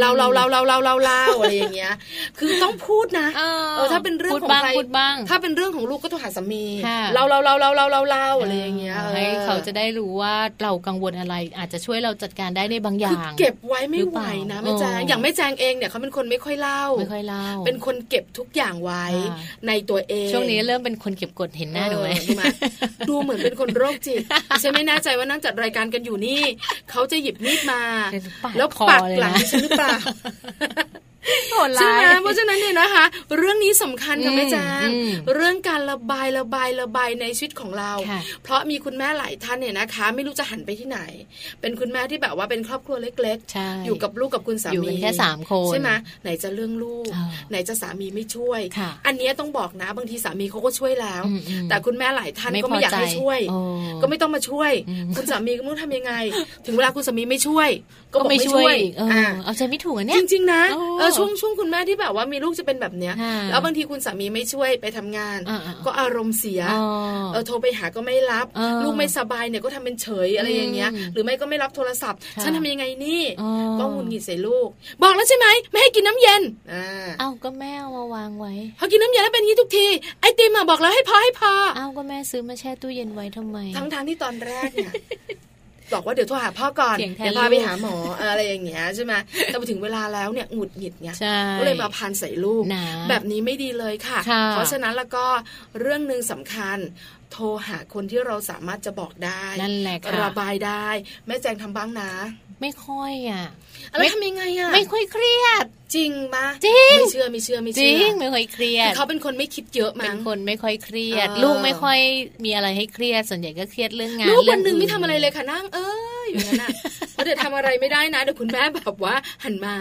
[SPEAKER 3] เราเราเราเราเราเราเราอะไรอย่างเงี้ย คือต้องพูดนะ เออถ้าเป็นเรื่องของ
[SPEAKER 2] พูดบ้าง
[SPEAKER 3] ใคร
[SPEAKER 2] พูดบ้าง
[SPEAKER 3] ถ้าเป็นเรื่องของลูกก็โทรหาสามี
[SPEAKER 2] ค่ะ
[SPEAKER 3] เราเราเราเราเราเราเราอะไรอย่างเงี้ย
[SPEAKER 2] ออให้
[SPEAKER 3] ออ
[SPEAKER 2] เขาจะได้รู้ว่าเรากังวลอะไร อาจจะช่วยเราจัดการได้ในบางอย่า
[SPEAKER 3] คือง เก็บไว้ไม่
[SPEAKER 2] หรือ
[SPEAKER 3] ไห
[SPEAKER 2] เปล่า
[SPEAKER 3] วนะแม่แจ
[SPEAKER 2] เอ
[SPEAKER 3] ง
[SPEAKER 2] ออ
[SPEAKER 3] อย่างแม่แจงเองเนี่ยเขาเป็นคนไม่ค่อยเล่า
[SPEAKER 2] ไม่ค่อยเล่า
[SPEAKER 3] เป็นคนเก็บทุกอย่างไว้
[SPEAKER 2] อ่า
[SPEAKER 3] ในตัวเอง
[SPEAKER 2] ช่วงนี้เริ่มเป็นคนเก็บกดเห็นหน้าหนูไหม
[SPEAKER 3] เออดูมาดูเหมือนเป็นคนโรคจิตฉันไม่แน่ใจว่านั่งจัดรายการกันอยู่นี่เขาจะหยิบมีดมา
[SPEAKER 2] เป็นปาด
[SPEAKER 3] แล้ว
[SPEAKER 2] คอ
[SPEAKER 3] ปัก
[SPEAKER 2] เลยนะ
[SPEAKER 3] หลังดิฉันหรือเปล่า
[SPEAKER 2] โหด
[SPEAKER 3] ใช่
[SPEAKER 2] ร้า
[SPEAKER 3] ไหม
[SPEAKER 2] ย
[SPEAKER 3] เพราะฉะนั้นเนี่ยนะคะ เรื่องนี้สำคัญค่ะ
[SPEAKER 2] อืม
[SPEAKER 3] แม่แจาง
[SPEAKER 2] อืม
[SPEAKER 3] เรื่องการระบายระบายระบายในชีวิตของเรา
[SPEAKER 2] ค่ะ
[SPEAKER 3] เพราะมีคุณแม่หลายท่านเนี่ยนะคะ ไม่รู้จะหันไปที่ไหน เป็นคุณแม่ที่แบบว่าเป็นครอบครัวเล็ก
[SPEAKER 2] ใช่
[SPEAKER 3] อยู่กับลูกกับคุณสามี
[SPEAKER 2] อ
[SPEAKER 3] อยู่
[SPEAKER 2] กันแค่สามคน
[SPEAKER 3] ใช่ไหมไหนจะเรื่องลูก
[SPEAKER 2] อ่า
[SPEAKER 3] ไหนจะสามีไม่ช่วย
[SPEAKER 2] ค่ะ
[SPEAKER 3] อันเนี้ยต้องบอกนะบางทีสามีเขาก็ช่วยแล้ว
[SPEAKER 2] อืมอืม
[SPEAKER 3] แต่คุณแม่หลายท่าน
[SPEAKER 2] ไม่
[SPEAKER 3] ก็ไม่อยาก
[SPEAKER 2] พอใจ
[SPEAKER 3] ให้ช่วย
[SPEAKER 2] โอ้
[SPEAKER 3] ก็ไม่ต้องมาช่วย
[SPEAKER 2] อืม
[SPEAKER 3] คุณสามีก็ไม่รู้ทำยังไง ถึงเวลาคุณสามีไม่ช่วย ก็
[SPEAKER 2] ก็
[SPEAKER 3] บอก
[SPEAKER 2] ไม่
[SPEAKER 3] ไม่
[SPEAKER 2] ช่
[SPEAKER 3] ช่
[SPEAKER 2] ว
[SPEAKER 3] วย ย
[SPEAKER 2] อีกเอออเอาใจไม่ถูกอันเนี้ย
[SPEAKER 3] จริง ๆ นะ
[SPEAKER 2] โอ้
[SPEAKER 3] เออช่วงช่วงคุณแม่ที่แบบว่ามีลูกจะเป็นแบบเนี้ย
[SPEAKER 2] อ่า
[SPEAKER 3] แล้วบางทีคุณสามีไม่ช่วยไปทำงาน
[SPEAKER 2] อ่าๆ
[SPEAKER 3] ก็อารมณ์เสีย
[SPEAKER 2] อ๋อ
[SPEAKER 3] เออโทรไปหาก็ไม่รับ
[SPEAKER 2] เออ
[SPEAKER 3] ลูกไม่สบายเนี่ยก็ทำเป็นเฉยอะไรอย่างเงี้ย
[SPEAKER 2] อืม
[SPEAKER 3] หรือไม่ก็ไม่รับโทรศัพท์
[SPEAKER 2] ค่ะ
[SPEAKER 3] ฉันทำยังไงนี่
[SPEAKER 2] อ๋อ
[SPEAKER 3] ก็หงุนหงิดใส่ลูก บอกแล้วใช่ไหมไม่ให้กินน้ำเย็นอ่า
[SPEAKER 2] เอ้าก็แม่เอามาวางไว้
[SPEAKER 3] พอกินน้ำเย็นแล้วเป็นอย่างนี้ทุกทีไอติมอะบอกแล้วให้พอให้พอ
[SPEAKER 2] เอ้าก็แม่ซื้อมาแช่ตู้เย็นไว้ทำไม
[SPEAKER 3] ทั้งทางๆที่ตอนแรกเนี่ย บอกว่าเดี๋ยวโทรหาพ่อก่อน
[SPEAKER 2] เถียงแทน
[SPEAKER 3] ยวพาไป
[SPEAKER 2] ลูก
[SPEAKER 3] หาหมอเอออะไรอย่างเงี้ยใช่ไหมแต่พอถึงเวลาแล้วเนี่ยหงุดหงิดไง
[SPEAKER 2] ใช่
[SPEAKER 3] ก็เลยมาพันใส่ลูก
[SPEAKER 2] นะ
[SPEAKER 3] แบบนี้ไม่ดีเลยค่ะ
[SPEAKER 2] ค่ะ
[SPEAKER 3] เพราะฉะนั้นแล้วก็เรื่องหนึ่งสำคัญ โทรหาคนที่เราสามารถจะบอกได้
[SPEAKER 2] นั่นแหละค่ะ
[SPEAKER 3] ระบายได้ แม่แจงทำบ้างนะ
[SPEAKER 2] ไม่ค่อยอ่ะ
[SPEAKER 3] แล้วทำยังไงอ่ะ
[SPEAKER 2] ไม่ค่อยเครียด
[SPEAKER 3] จริงปะ
[SPEAKER 2] จริง
[SPEAKER 3] ไม่เชื่อไม่เชื่อไม่
[SPEAKER 2] จ
[SPEAKER 3] เชื่
[SPEAKER 2] ริ
[SPEAKER 3] อง
[SPEAKER 2] ไม่ค่อยเครีย
[SPEAKER 3] คือ
[SPEAKER 2] ด
[SPEAKER 3] เขาเป็นคนไม่คิดเยอะ
[SPEAKER 2] เป็
[SPEAKER 3] มั้
[SPEAKER 2] น
[SPEAKER 3] ง
[SPEAKER 2] คนไม่ค่อยเครียด
[SPEAKER 3] เออ
[SPEAKER 2] ลูกไม่ค่อยมีอะไรให้เครียดส่วนใหญ่ก็เครียดเรื่องงาน
[SPEAKER 3] ลูกวันหนึ่ง
[SPEAKER 2] เรื่
[SPEAKER 3] ไม่ทำอะไรเลยค่ะนั่งเอออยู่นั่นน่ะเพราะเดี๋ยวทำอะไรไม่ได้นะเดี๋ยวคุณแม่แบบว่าหันมา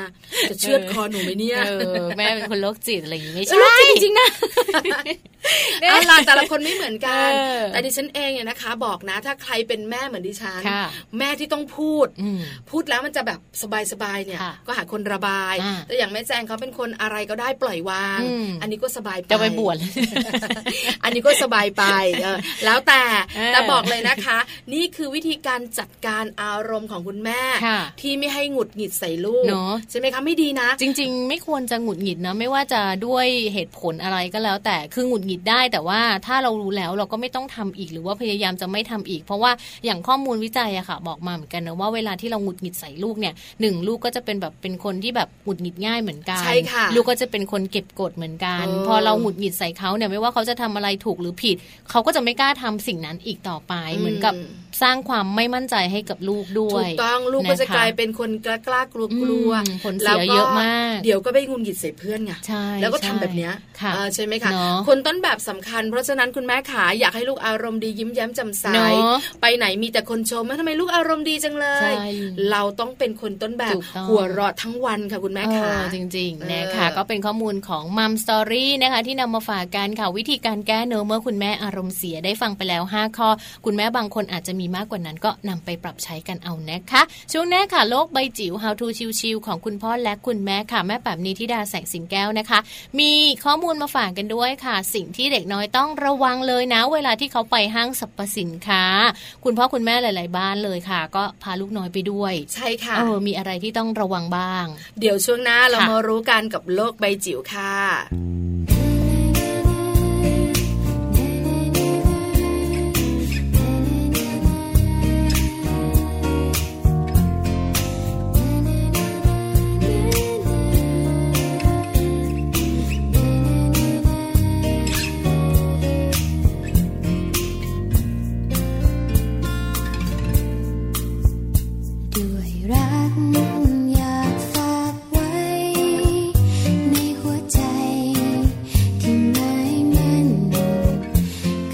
[SPEAKER 3] จะเชือดคอหนูไหมเนี่ย
[SPEAKER 2] เออแม่เป็นคนโรคจิตอะไรอย่างงี้ไม่
[SPEAKER 3] เออ
[SPEAKER 2] ใช่
[SPEAKER 3] จริงๆนะ เอาล่ะแต่ละคนไม่เหมือนกัน
[SPEAKER 2] เออ
[SPEAKER 3] แต่ดิฉันเองเนี่ยนะคะ บอกนะถ้าใครเป็นแม่เหมือนดิฉัน
[SPEAKER 2] ค่ะ
[SPEAKER 3] แม่ที่ต้องพูด
[SPEAKER 2] อืม
[SPEAKER 3] พูดแล้วมันจะแบบสบายๆเนี่ย
[SPEAKER 2] ค่ะ
[SPEAKER 3] ก็หาคนระบาย
[SPEAKER 2] อ่า
[SPEAKER 3] แต่อย่างแม่แจงเขาเป็นคนอะไรก็ได้ปล่อยวาง
[SPEAKER 2] อืม
[SPEAKER 3] อันนี้ก็สบายไป
[SPEAKER 2] จะไปบวช
[SPEAKER 3] อันนี้ก็สบายไปเออแล้วแต่
[SPEAKER 2] เออ
[SPEAKER 3] แต่บอกเลยนะคะ นี่คือวิธีการจัดการอารมณ์ของคุณแม่
[SPEAKER 2] ค่ะ
[SPEAKER 3] ที่ไม่ให้หงุดหงิดใส่ลูก
[SPEAKER 2] เนอะ
[SPEAKER 3] ใช่ไหมคะไม่ดีนะ
[SPEAKER 2] จริง ๆ ไม่ควรจะหงุดหงิดนะไม่ว่าจะด้วยเหตุผลอะไรก็แล้ว แต่คือหงุดหงิดได้ แต่ว่าถ้าเรารู้แล้วเราก็ไม่ต้องทำอีกหรือว่าพยายามจะไม่ทำอีก เพราะว่าอย่างข้อมูลวิจัยอะค่ะ บอกมาเหมือนกันนะว่าเวลาที่เราหงุดหงิดใส่ลูกเนี่ยหนึ่งลูกก็จะเป็นแบบเป็นคนที่แบบหงุดหงิดง่ายเหมือนกัน
[SPEAKER 3] ใช่ค่ะ
[SPEAKER 2] ลูกก็จะเป็นคนเก็บกดเหมือนกัน
[SPEAKER 3] เออ
[SPEAKER 2] พอเราหงุดหงิดใส่เขาเนี่ยไม่ว่าเขาจะทำอะไรถูกหรือผิดเขาก็จะไม่กล้าทำสิ่งนั้นอีกต่อไป เหมือนกับสร้างความไม่มั่นใจให้กับลูกด้วย
[SPEAKER 3] ถูกต้องลูกก็จะ
[SPEAKER 2] ค
[SPEAKER 3] กลายเป็นคนกล้ากล้ากลัวกลัว
[SPEAKER 2] อืมผลเสีย
[SPEAKER 3] แล้ว
[SPEAKER 2] เยอะมาก
[SPEAKER 3] เดี๋ยวก็ไปหงุนหงิดใส่เพื่อนไง
[SPEAKER 2] ใช่
[SPEAKER 3] แล้วก็ทำ
[SPEAKER 2] ใช่
[SPEAKER 3] แบบเนี้ย
[SPEAKER 2] ค่ะ
[SPEAKER 3] เออใช่ไหมคะ
[SPEAKER 2] เนาะ
[SPEAKER 3] คนต้นแบบสำคัญ เพราะฉะนั้นคุณแม่ขาอยากให้ลูกอารมณ์ดียิ้มแย้มแจำใส
[SPEAKER 2] เนอะ
[SPEAKER 3] ไปไหนมีแต่คนชมว่าทำไมลูกอารมณ์ดีจังเลย
[SPEAKER 2] ใช่
[SPEAKER 3] เราต้องเป็นคนต้นแบบ
[SPEAKER 2] ถูกต้อง
[SPEAKER 3] หัวเราะทั้งวันค่ะคุณแม่ขา
[SPEAKER 2] เออจริงๆนะคะ
[SPEAKER 3] เออ
[SPEAKER 2] ก็เป็นข้อมูลของมัมสตอรี่นะคะ ที่นำมาฝากกันค่ะ วิธีการแก้เนอะเมื่อคุณแม่อารมณ์เสียได้ฟังไปแล้ว 5 ข้อ คุณแม่บางคนอาจจะมีมากกว่านั้นก็นำไปปรับใช้กันเอานะคะ ช่วงหน้าค่ะ โลกใบจิ๋ว How to ชิวๆของคุณพ่อและคุณแม่ค่ะ แม่แป๋มนิธิดาแสงสิงแก้วนะคะ มีข้อมูลมาฝากกันด้วยค่ะ สิ่งที่เด็กน้อยต้องระวังเลยนะ เวลาที่เขาไปห้างสรรพสินค้า คุณพ่อคุณแม่หลาย ๆ บ้านเลยค่ะ ก็พาลูกน้อยไปด้วย
[SPEAKER 3] ใช่ค่ะ
[SPEAKER 2] เออมีอะไรที่ต้องระวังบ้าง
[SPEAKER 3] เดี๋ยวช่วงหน้าเรา
[SPEAKER 2] ค่ะ
[SPEAKER 3] มารู้กันกับโลกใบจิ๋วค่ะ
[SPEAKER 1] ด้วยรักอยากฝากไว้ ในหัวใจที่ไม่แน่น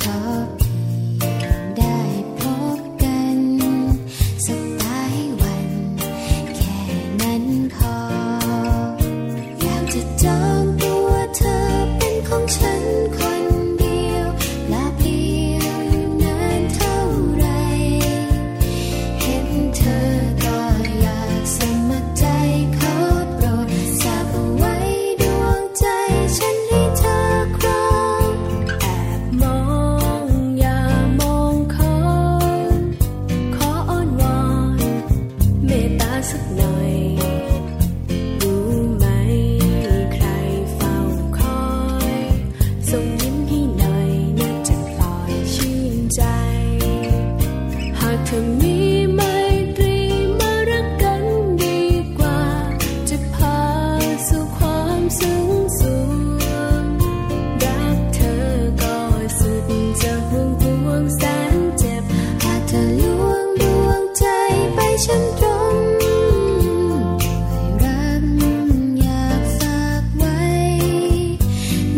[SPEAKER 1] ขอเพียงได้พบกันสักหลายวัน แค่นั้นพอ อยากจะจองตัวเธอเป็นของฉันคนเดียวลาเปลี่ยวอยู่นานเท่าไร เห็นเธอก็อยากสมัครใจขอโปรดสาบเอาไว้ดวงใจฉันให้เธอครองแอบมองอย่ามองเขาขออ้อนวอนเมตตาสักหน่อย รู้ไหมใครเฝ้าคอยส่งยิ้มให้หน่อยน่าจะปล่อยชื่นใจ หากเธอมีไมตรีมารักกันดีกว่า จะพาสู่ความสูงสูงรักเธอก็สุดจะห่วงห่วงแสนเจ็บ หากเธอลวงดวงใจไปฉันตรงด้วยรักอยากฝากไว้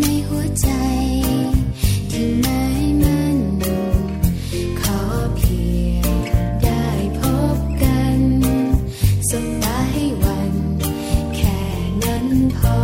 [SPEAKER 1] ในหัวใจที่ไม่มั่นคง ขอเพียงได้พบกันสบตาให้วัน แค่นั้นพอ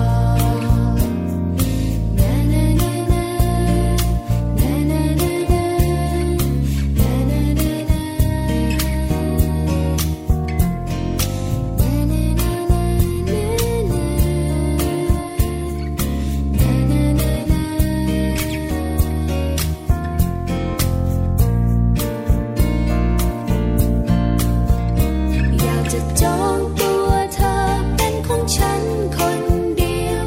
[SPEAKER 1] อยากจะจองตัวเธอเป็นของฉันคนเดียว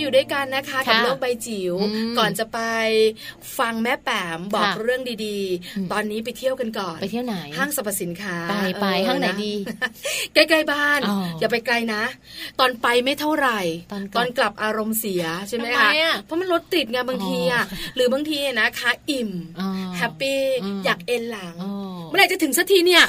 [SPEAKER 3] อยู่ด้วยกันนะคะ
[SPEAKER 2] ค่ะ
[SPEAKER 3] กับโลกใบจิ๋ว
[SPEAKER 2] อืม
[SPEAKER 3] ก่อนจะไปฟังแม่แปมบอก
[SPEAKER 2] ค่ะ
[SPEAKER 3] เรื่องดี
[SPEAKER 2] อืม
[SPEAKER 3] ๆ ตอนนี้ไปเที่ยวกันก่อน
[SPEAKER 2] ไปเที่ยวไหน
[SPEAKER 3] ห้างสรรพสินค้า
[SPEAKER 2] ไปไป
[SPEAKER 3] เออ
[SPEAKER 2] ห้างไหนะ ดี
[SPEAKER 3] ใกล้ๆบ้าน
[SPEAKER 2] อ๋อ
[SPEAKER 3] อ
[SPEAKER 2] อย่
[SPEAKER 3] าไปไกลนะ ตอนไปไม่เท่าไหร่
[SPEAKER 2] ตอนกลับ
[SPEAKER 3] ตอนกลับอารมณ์เสียใช่ไหม
[SPEAKER 2] ทำไม
[SPEAKER 3] คะ
[SPEAKER 2] อะ
[SPEAKER 3] เพราะมันรถติดไงบางทีอ่ะหรือบางทีนะคะ อิ่ม
[SPEAKER 2] อ๋อ
[SPEAKER 3] แฮปปี้
[SPEAKER 2] อืม
[SPEAKER 3] อยากเอนหลัง
[SPEAKER 2] อ๋อ
[SPEAKER 3] เมื่อไหร่จะถึงสักทีเนี่ย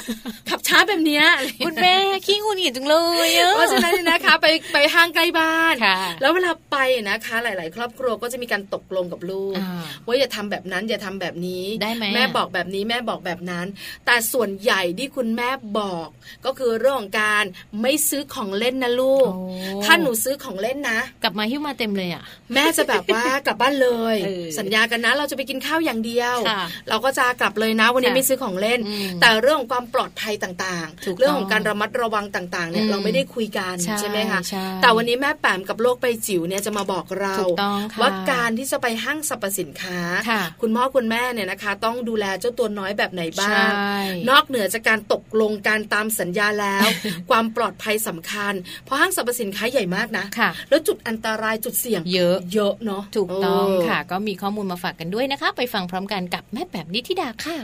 [SPEAKER 3] ขับช้าแบบเนี้ย
[SPEAKER 2] คุณแม่ ขี้งุนหงิดจังเลยอ
[SPEAKER 3] เพราะฉะนั้นเนี่ยนะคะ ไปไปห้างใกล้บ้าน
[SPEAKER 2] ค่ะ
[SPEAKER 3] แล้วเวลาไปนะคะ หลาย ๆ ครอบครัวก็จะมีการตกลงกับลูก
[SPEAKER 2] อ่า
[SPEAKER 3] ว่าอย่าทำแบบนั้นอย่าทำแบบนี้
[SPEAKER 2] ได้ไหม
[SPEAKER 3] แม่บอกแบบนี้แม่บอกแบบนั้น แต่ส่วนใหญ่ที่คุณแม่บอก ก็คือเรื่องของการไม่ซื้อของเล่นนะลูก
[SPEAKER 2] โอ้
[SPEAKER 3] ถ้าหนูซื้อของเล่นนะ
[SPEAKER 2] กลับมาหิ้วมาเต็มเลยอ่ะ
[SPEAKER 3] แม่จะแบบ ว่ากลับบ้านเลย
[SPEAKER 2] เออ
[SPEAKER 3] สัญญากันนะ เราจะไปกินข้าวอย่างเดียว
[SPEAKER 2] ค่ะ
[SPEAKER 3] เราก็จะกลับเลยนะวันนี้
[SPEAKER 2] ค่ะ
[SPEAKER 3] ไม่ซื้อของเล่น
[SPEAKER 2] อืม
[SPEAKER 3] แต่เรื่องของความปลอดภัยต่าง
[SPEAKER 2] ถูก
[SPEAKER 3] ๆ เรื่องของการระมัดระวังต่างๆเนี่ย
[SPEAKER 2] อืม
[SPEAKER 3] เราไม่ได้คุยกัน
[SPEAKER 2] ใช่
[SPEAKER 3] ไหมคะ
[SPEAKER 2] ใช่
[SPEAKER 3] แต่วันนี้แม่แปมกับโลกไปจิ๋วเนี่ยจะมาบอกเรา
[SPEAKER 2] ถูกต้องค่ะ
[SPEAKER 3] ว่าการที่จะไปห้างสรรพสินค้า
[SPEAKER 2] ค่ะ
[SPEAKER 3] คุณพ่อคุณแม่เนี่ยนะคะ ต้องดูแลเจ้าตัวน้อยแบบไหนบ้าง
[SPEAKER 2] ใช่
[SPEAKER 3] นอกเหนือจากการตกลงการตามสัญญาแล้ว ความปลอดภัยสำคัญ เพราะห้างสรรพสินค้าใหญ่มากนะ
[SPEAKER 2] ค่ะ
[SPEAKER 3] แล้วจุดอันตรายจุดเสี่ยง
[SPEAKER 2] เยอะ
[SPEAKER 3] เยอะเนาะ
[SPEAKER 2] ถูกต้อง
[SPEAKER 3] เ
[SPEAKER 2] ค่ะ ก็มีข้อมูลมาฝากกันด้วยนะคะ ไปฟังพร้อมกันกับแม่แบบนิธิดาค่ะ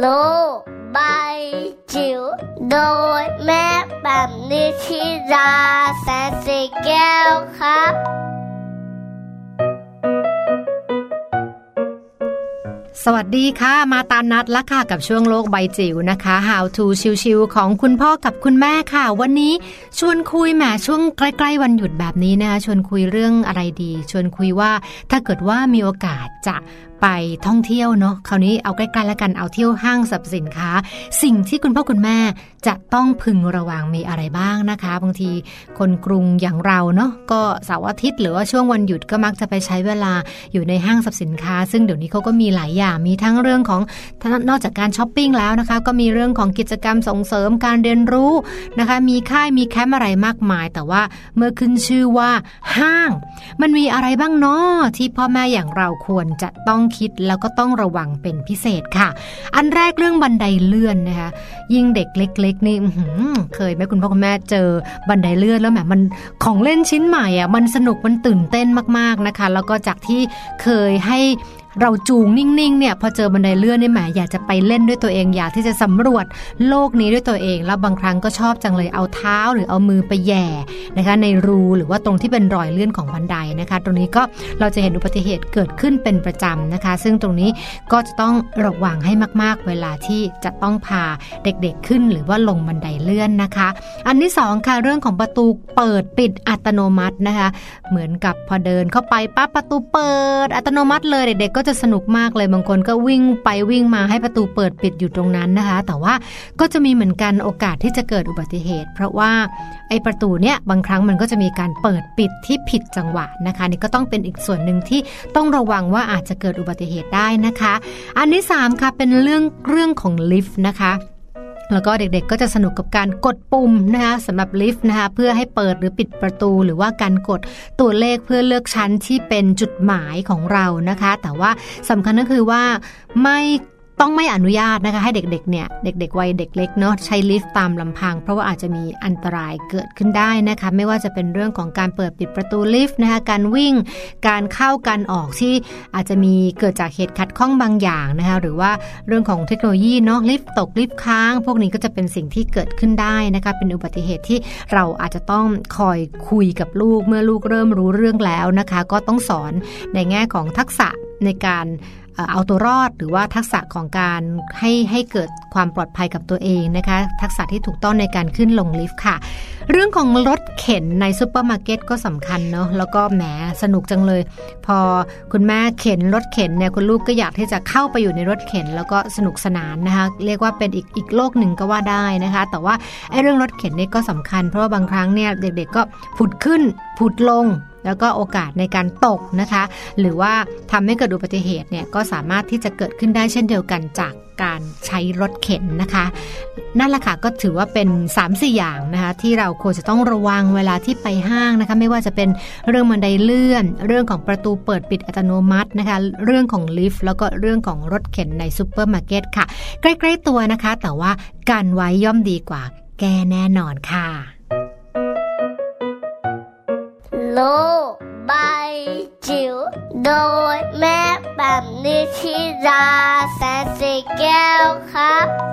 [SPEAKER 7] โลกใบจิ๋วโดยแม่แบบนิชิราแสนสีแก้วครับ
[SPEAKER 8] สวัสดีค่ะ มาตามนัดและค่ะกับช่วงโลกใบจิ๋วนะคะ How to ชิวๆของคุณพ่อกับคุณแม่ค่ะ วันนี้ชวนคุยแหมช่วงใกล้ๆวันหยุดแบบนี้นะคะชวนคุยเรื่องอะไรดี ชวนคุยว่าถ้าเกิดว่ามีโอกาสจะไปท่องเที่ยวเนาะคราวนี้เอาใกล้ๆแล้วกันเอาเที่ยวห้างสรรพสินค้า สิ่งที่คุณพ่อคุณแม่จะต้องพึงระวังมีอะไรบ้างนะคะ บางทีคนกรุงอย่างเราเนาะก็เสาร์อาทิตย์หรือว่าช่วงวันหยุดก็มักจะไปใช้เวลา อยู่ในห้างสรรพสินค้า ซึ่งเดี๋ยวนี้เขาก็มีหลายอย่างมีทั้งเรื่องของนอกจากการช้อปปิ้งแล้วนะคะ ก็มีเรื่องของกิจกรรมส่งเสริมการเรียนรู้นะคะ มีค่ายมีแคมป์อะไรมากมาย แต่ว่าเมื่อขึ้นชื่อว่าห้าง มันมีอะไรบ้างเนาะที่พ่อแม่อย่างเราควรจะต้องคิดแล้วก็ต้องระวังเป็นพิเศษค่ะ อันแรกเรื่องบันไดเลื่อนนะคะ ยิ่งเด็กเล็ก ๆ นี่อื้อหือเคยไหมคุณพ่อคุณแม่เจอบันไดเลื่อนแล้วแหมมันของเล่นชิ้นใหม่อ่ะมันสนุกมันตื่นเต้นมากๆนะคะ แล้วก็จากที่เคยให้เราจูงนิ่งๆเนี่ยพอเจอบันไดเลื่อนเนี่ยแหมอยากจะไปเล่นด้วยตัวเองอยากที่จะสำรวจโลกนี้ด้วยตัวเอง แล้วบางครั้งก็ชอบจังเลยเอาเท้าหรือเอามือไปแหย่นะคะ ในรูหรือว่าตรงที่เป็นรอยเลื่อนของบันไดนะคะ ตรงนี้ก็เราจะเห็นอุบัติเหตุเกิดขึ้นเป็นประจำนะคะ ซึ่งตรงนี้ ก็จะต้องระวังให้มาก ๆ เวลาที่จะต้องพาเด็กๆขึ้นหรือว่าลงบันไดเลื่อนนะคะ อันที่สองค่ะเรื่องของประตูเปิดปิดอัตโนมัตินะคะ เหมือนกับพอเดินเข้าไปปั๊บประตูเปิดอัตโนมัติเลยเด็กๆก็จะสนุกมากเลยบางคนก็วิ่งไปวิ่งมาให้ประตูเปิดปิดอยู่ตรงนั้นนะคะ แต่ว่าก็จะมีเหมือนกันโอกาสที่จะเกิดอุบัติเหตุ เพราะว่าไอประตูเนี่ยบางครั้งมันก็จะมีการเปิดปิดที่ผิดจังหวะนะคะนี่ก็ต้องเป็นอีกส่วนหนึ่งที่ต้องระวังว่าอาจจะเกิดอุบัติเหตุได้นะคะ อันที่สามค่ะเป็นเรื่องเรื่องของลิฟต์นะคะ แล้วก็เด็กๆก็จะสนุกกับการกดปุ่มนะคะสำหรับลิฟต์นะคะเพื่อให้เปิดหรือปิดประตู หรือว่าการกดตัวเลขเพื่อเลือกชั้นที่เป็นจุดหมายของเรานะคะ แต่ว่าสำคัญก็คือว่าไม่ต้องไม่อนุญาตนะคะให้เด็กๆเนี่ยเด็กๆวัยเด็กเล็กเนาะใช้ลิฟต์ตามลำพัง เพราะว่าอาจจะมีอันตรายเกิดขึ้นได้นะคะไม่ว่าจะเป็นเรื่องของการเปิดปิดประตูลิฟต์นะคะการวิ่ง การเข้าการออกที่อาจจะมีเกิดจากเหตุขัดข้องบางอย่างนะคะหรือว่าเรื่องของเทคโนโลยีเนาะลิฟต์ตกลิฟต์ค้าง พวกนี้ก็จะเป็นสิ่งที่เกิดขึ้นได้นะคะเป็นอุบัติเหตุที่เราอาจจะต้องคอยคุยกับลูก เมื่อลูกเริ่มรู้เรื่องแล้วนะคะ ก็ต้องสอนในแง่ของทักษะในการ เอ่อเอาตัวรอดหรือว่าทักษะของการให้ให้เกิดความปลอดภัยกับตัวเองนะคะ ทักษะที่ถูกต้องในการขึ้นลงลิฟต์ค่ะ เรื่องของรถเข็นในซูเปอร์มาร์เก็ตก็สำคัญเนาะแล้วก็แหมสนุกจังเลย พอคุณแม่เข็นรถเข็นเนี่ยคุณลูกก็อยากที่จะเข้าไปอยู่ในรถเข็น แล้วก็สนุกสนานนะคะ เรียกว่าเป็นอีกอีกโลกหนึ่งก็ว่าได้นะคะ แต่ว่าไอ้เรื่องรถเข็นเนี่ยก็สำคัญ เพราะว่าบางครั้งเนี่ยเด็กๆก็ผุดขึ้นผุดลง แล้วก็โอกาสในการตกนะคะ หรือว่าทำให้เกิดอุบัติเหตุเนี่ยก็สามารถที่จะเกิดขึ้นได้เช่นเดียวกันจากการใช้รถเข็นนะคะ นั่นแหละค่ะก็ถือว่าเป็น3ามสี่อย่างนะคะที่เราควรจะต้องระวังเวลาที่ไปห้างนะคะ ไม่ว่าจะเป็นเรื่องบันไดเลื่อน เรื่องของประตูเปิดปิดอัตโนมัตินะคะ เรื่องของลิฟต์แล้วก็เรื่องของรถเข็นในซูเปอร์มาร์เก็ตค่ะ ใกล้ๆตัวนะคะ แต่ว่าการไว้ย่อมดีกว่าแก้แน่นอนค่ะ
[SPEAKER 7] โลกใบจิ๋วโดยแม่แบบนิชิราแสนสีแก้วครับ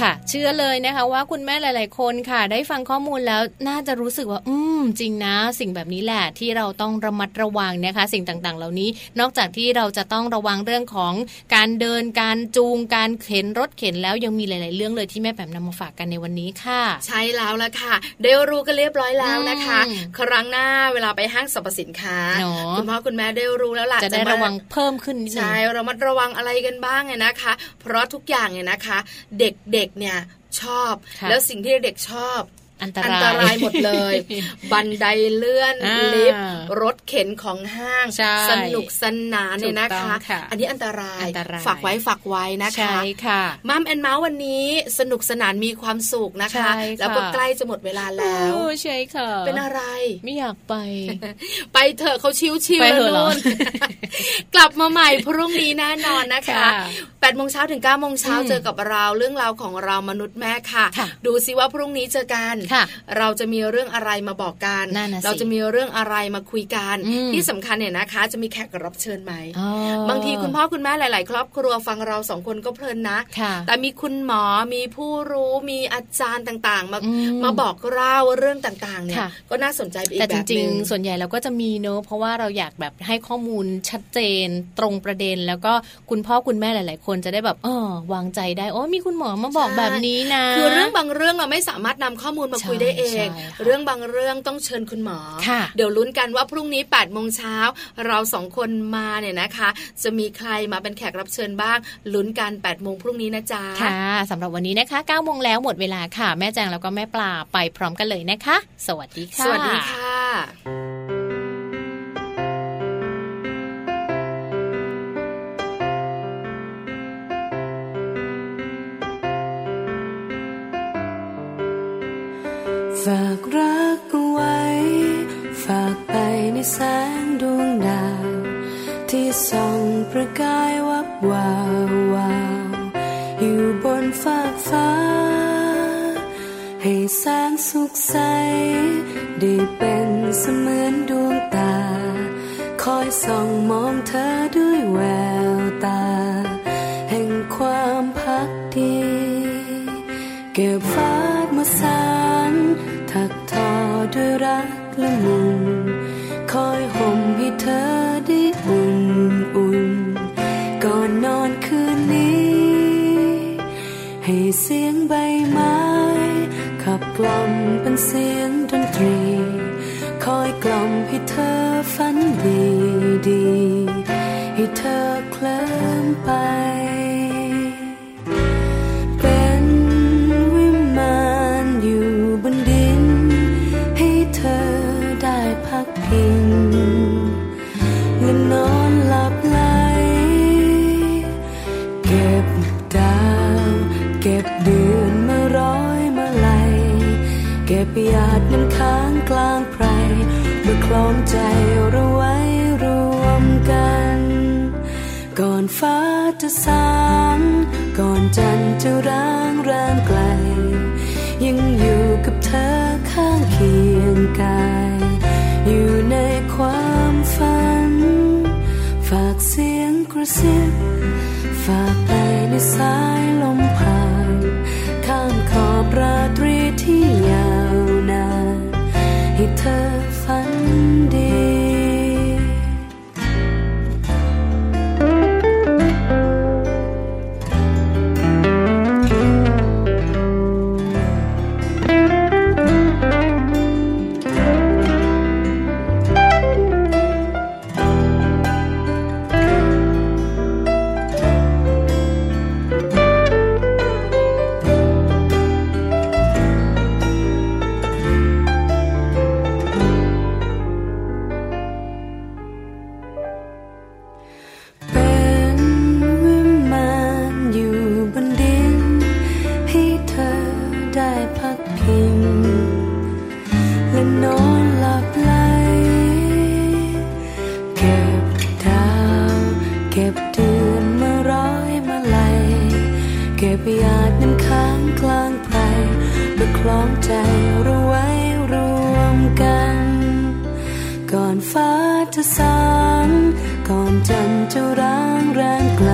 [SPEAKER 2] ค่ะ เชื่อเลยนะคะว่าคุณแม่หลาย ๆ คนค่ะ ได้ฟังข้อมูลแล้วน่าจะรู้สึกว่า อืม จริงนะ สิ่งแบบนี้แหละที่เราต้องระมัดระวังนะคะ สิ่งต่าง ๆ เหล่านี้ นอกจากที่เราจะต้องระวังเรื่องของการเดินการจูงการเข็นรถเข็นแล้วยังมีหลาย ๆ เรื่องเลยที่แม่แปมนำมาฝากกันในวันนี้ค่ะ
[SPEAKER 3] ใช่แล้วละค่ะ ได้รู้กันเรียบร้อยแล้วนะคะ
[SPEAKER 2] อืม
[SPEAKER 3] ครั้งหน้าเวลาไปห้างสรรพสินค้า
[SPEAKER 2] เนอะ
[SPEAKER 3] คุณพ่อคุณแม่ได้รู้แล้วล่ะ
[SPEAKER 2] จะได้
[SPEAKER 3] มา
[SPEAKER 2] ระวังเพิ่มขึ้นนิดนึง
[SPEAKER 3] ใช่เรามาระวังอะไรกันบ้างไงนะคะ เพราะทุกอย่างเนี่ยนะคะ เด็กๆเนี่ยชอบ
[SPEAKER 2] ค่ะ
[SPEAKER 3] แล้วสิ่งที่เด็กชอบ
[SPEAKER 2] อันต
[SPEAKER 3] อัน
[SPEAKER 2] ราย
[SPEAKER 3] ตรายหมดเลย บันไดเลื่อน
[SPEAKER 2] อ่า
[SPEAKER 3] ลิฟต์รถเข็นของห้าง
[SPEAKER 2] ใช่
[SPEAKER 3] สนุกสนานเนี่ยนะ
[SPEAKER 2] ถูกต้อง
[SPEAKER 3] คะ
[SPEAKER 2] ค่ะ
[SPEAKER 3] อันนี้อันตราย
[SPEAKER 2] อันตราย
[SPEAKER 3] ฝากไว้ฝากไว้นะคะ
[SPEAKER 2] ใช่ค่ะ
[SPEAKER 3] มัมแอนเมาส์วันนี้สนุกสนานมีความสุขนะคะ
[SPEAKER 2] ใช่ค่ะ
[SPEAKER 3] แล้วก็ใกล้จะหมดเวลาแล้ว
[SPEAKER 2] โอ้ใช่ค่ะ
[SPEAKER 3] เป็นอะไร
[SPEAKER 2] ไม่อยากไป
[SPEAKER 3] ไปเถอะเขาชิวๆ
[SPEAKER 2] ไปเถ
[SPEAKER 3] แล้ว
[SPEAKER 2] อะเหรอ
[SPEAKER 3] นู่น กลับมาใหม่พรุ่งนี้แน่นอนนะคะ
[SPEAKER 2] ค่ะ
[SPEAKER 3] 8โมงเช้าถึง9โมงเช้า
[SPEAKER 2] อืม
[SPEAKER 3] เจอกับเราเรื่องราวของเรามนุษย์แม่ค่ะ
[SPEAKER 2] ค่ะ
[SPEAKER 3] ดูซิว่าพรุ่งนี้เจอกัน
[SPEAKER 2] ค่ะ
[SPEAKER 3] เราจะมีเรื่องอะไรมาบอกกัน
[SPEAKER 2] นั่นน่ะสิ
[SPEAKER 3] เราจะมีเรื่องอะไรมาคุยกัน
[SPEAKER 2] อืม
[SPEAKER 3] ที่สำคัญเนี่ยนะคะ จะมีแขกรับเชิญไหม
[SPEAKER 2] อ๋อบ
[SPEAKER 3] างทีคุณพ่อคุณแม่หลาย ๆ ครอบครัวฟังเราสองคนก็เพลินนะ
[SPEAKER 2] ค่ะ
[SPEAKER 3] แต่มีคุณหมอ มีผู้รู้ มีอาจารย์ต่างๆ มา
[SPEAKER 2] อืม
[SPEAKER 3] มาบอกเล่าเรื่องต่างๆ เนี่ย
[SPEAKER 2] ค่ะ
[SPEAKER 3] ก็น่าสนใจไปอี
[SPEAKER 2] แต่
[SPEAKER 3] กแบ
[SPEAKER 2] จ
[SPEAKER 3] บ
[SPEAKER 2] ริ
[SPEAKER 3] ห
[SPEAKER 2] ง
[SPEAKER 3] นึ่ง
[SPEAKER 2] ๆ ส่วนใหญ่เราก็จะมีเนอะเพราะว่าเราอยากแบบให้ข้อมูลชัดเจนตรงประเด็น แล้วก็คุณพ่อคุณแม่หลาย ๆ คนจะได้แบบเออวางใจได้โอ้มีคุณหมอมาบอก
[SPEAKER 3] ใช่
[SPEAKER 2] แบบนี้นะ
[SPEAKER 3] คือเรื่องบางเรื่องเราไม่สามารถนำข้อมูลมา
[SPEAKER 2] ใช่
[SPEAKER 3] คุยได้เอง
[SPEAKER 2] ใช่ค่ะ
[SPEAKER 3] เรื่องบางเรื่องต้องเชิญคุณหมอ
[SPEAKER 2] ค่ะ
[SPEAKER 3] เดี๋ยวลุ้นกันว่าพรุ่งนี้8ปดโมงเช้าเราสองคนมาเนี่ยนะคะ จะมีใครมาเป็นแขกรับเชิญบ้างลุ้นกัน8ปดโมงพรุ่งนี้นะจ๊ะ
[SPEAKER 2] ค่ะสำหรับวันนี้นะคะ9โมงแล้วหมดเวลาค่ะ แม่แจงแล้วก็แม่ปลาไปพร้อมกันเลยนะคะ สวัสดีค่ะ
[SPEAKER 3] สวัสดีค่ะ
[SPEAKER 9] ฝากรักเอาไว้ ฝากไปในแสงดวงดาว ที่ส่องประกายวับวาววาวอยู่บนฟากฟ้า ให้แสงสุขใส ได้เป็นเสมือนดวงตา คอยส่องมองเธอด้วยแววตา แห่งความพักดี เก็บฟ้ามาสานถักทอด้วยรักละมุนคอยห่มให้เธอได้อุ่นอุ่นๆก่อนนอนคืนนี้ ให้เสียงใบไม้ขับกล่อมเป็นเสียงดนตรี คอยกล่อมให้เธอฝันดีดีๆให้เธอเคลิ้มไป เป็นวิมานอยู่บนดิน ให้เธอได้พักพิงและนอนหลับไหล เก็บดาว เก็บเดือนมาร้อยมาไหลยเก็บหยาดน้ำค้างกลางไพรเพื่อคล้องใจเราไว้รวมกัน ก่อนฟ้าจะสางก่อนจันทร์จะร้างแรมไกล ยังอยู่กับเธอข้างเคียงกาย อยู่ในความฝัน ฝากเสียงกระซิบ ฝากไปในสายลมผ่าน ข้ามขอบราตรีที่ยาวนานให้เธอฝันดี เป็นวิมานอยู่บนดิน ให้เธอได้พักพิงและนอนหลับไหล เก็บดาว เก็บเดือนมาร้อยมาไหลยเก็บหยาดน้ำค้างกลางไพรเพื่อคล้องใจเราไว้รวมกัน
[SPEAKER 1] ก่อนฟ้าจะสางก่อนจันทร์จะร้างแรงไกล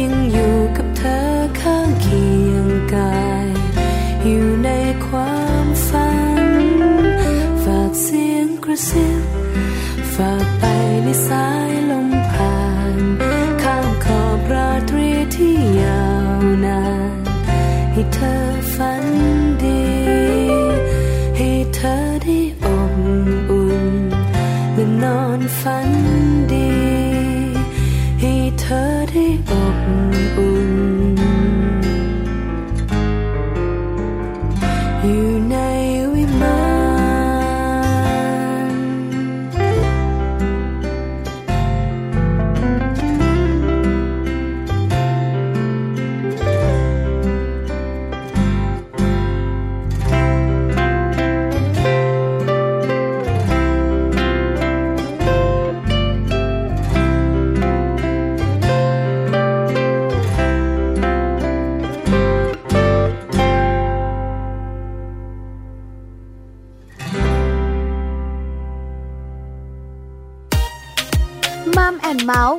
[SPEAKER 1] ยังอยู่กับเธอข้างเคียงกาย อยู่ในความฝัน ฝากเสียงกระซิบ ฝากไปในสายลมผ่าน ข้ามขอบราตรีที่ยาวนาน ให้เธอฝันดี ให้เธอได้อบอุ่นและนอนฝันดี ให้เธอได้อบอุ่น อยู่ในวิมาน
[SPEAKER 4] มัมแอนเมาส์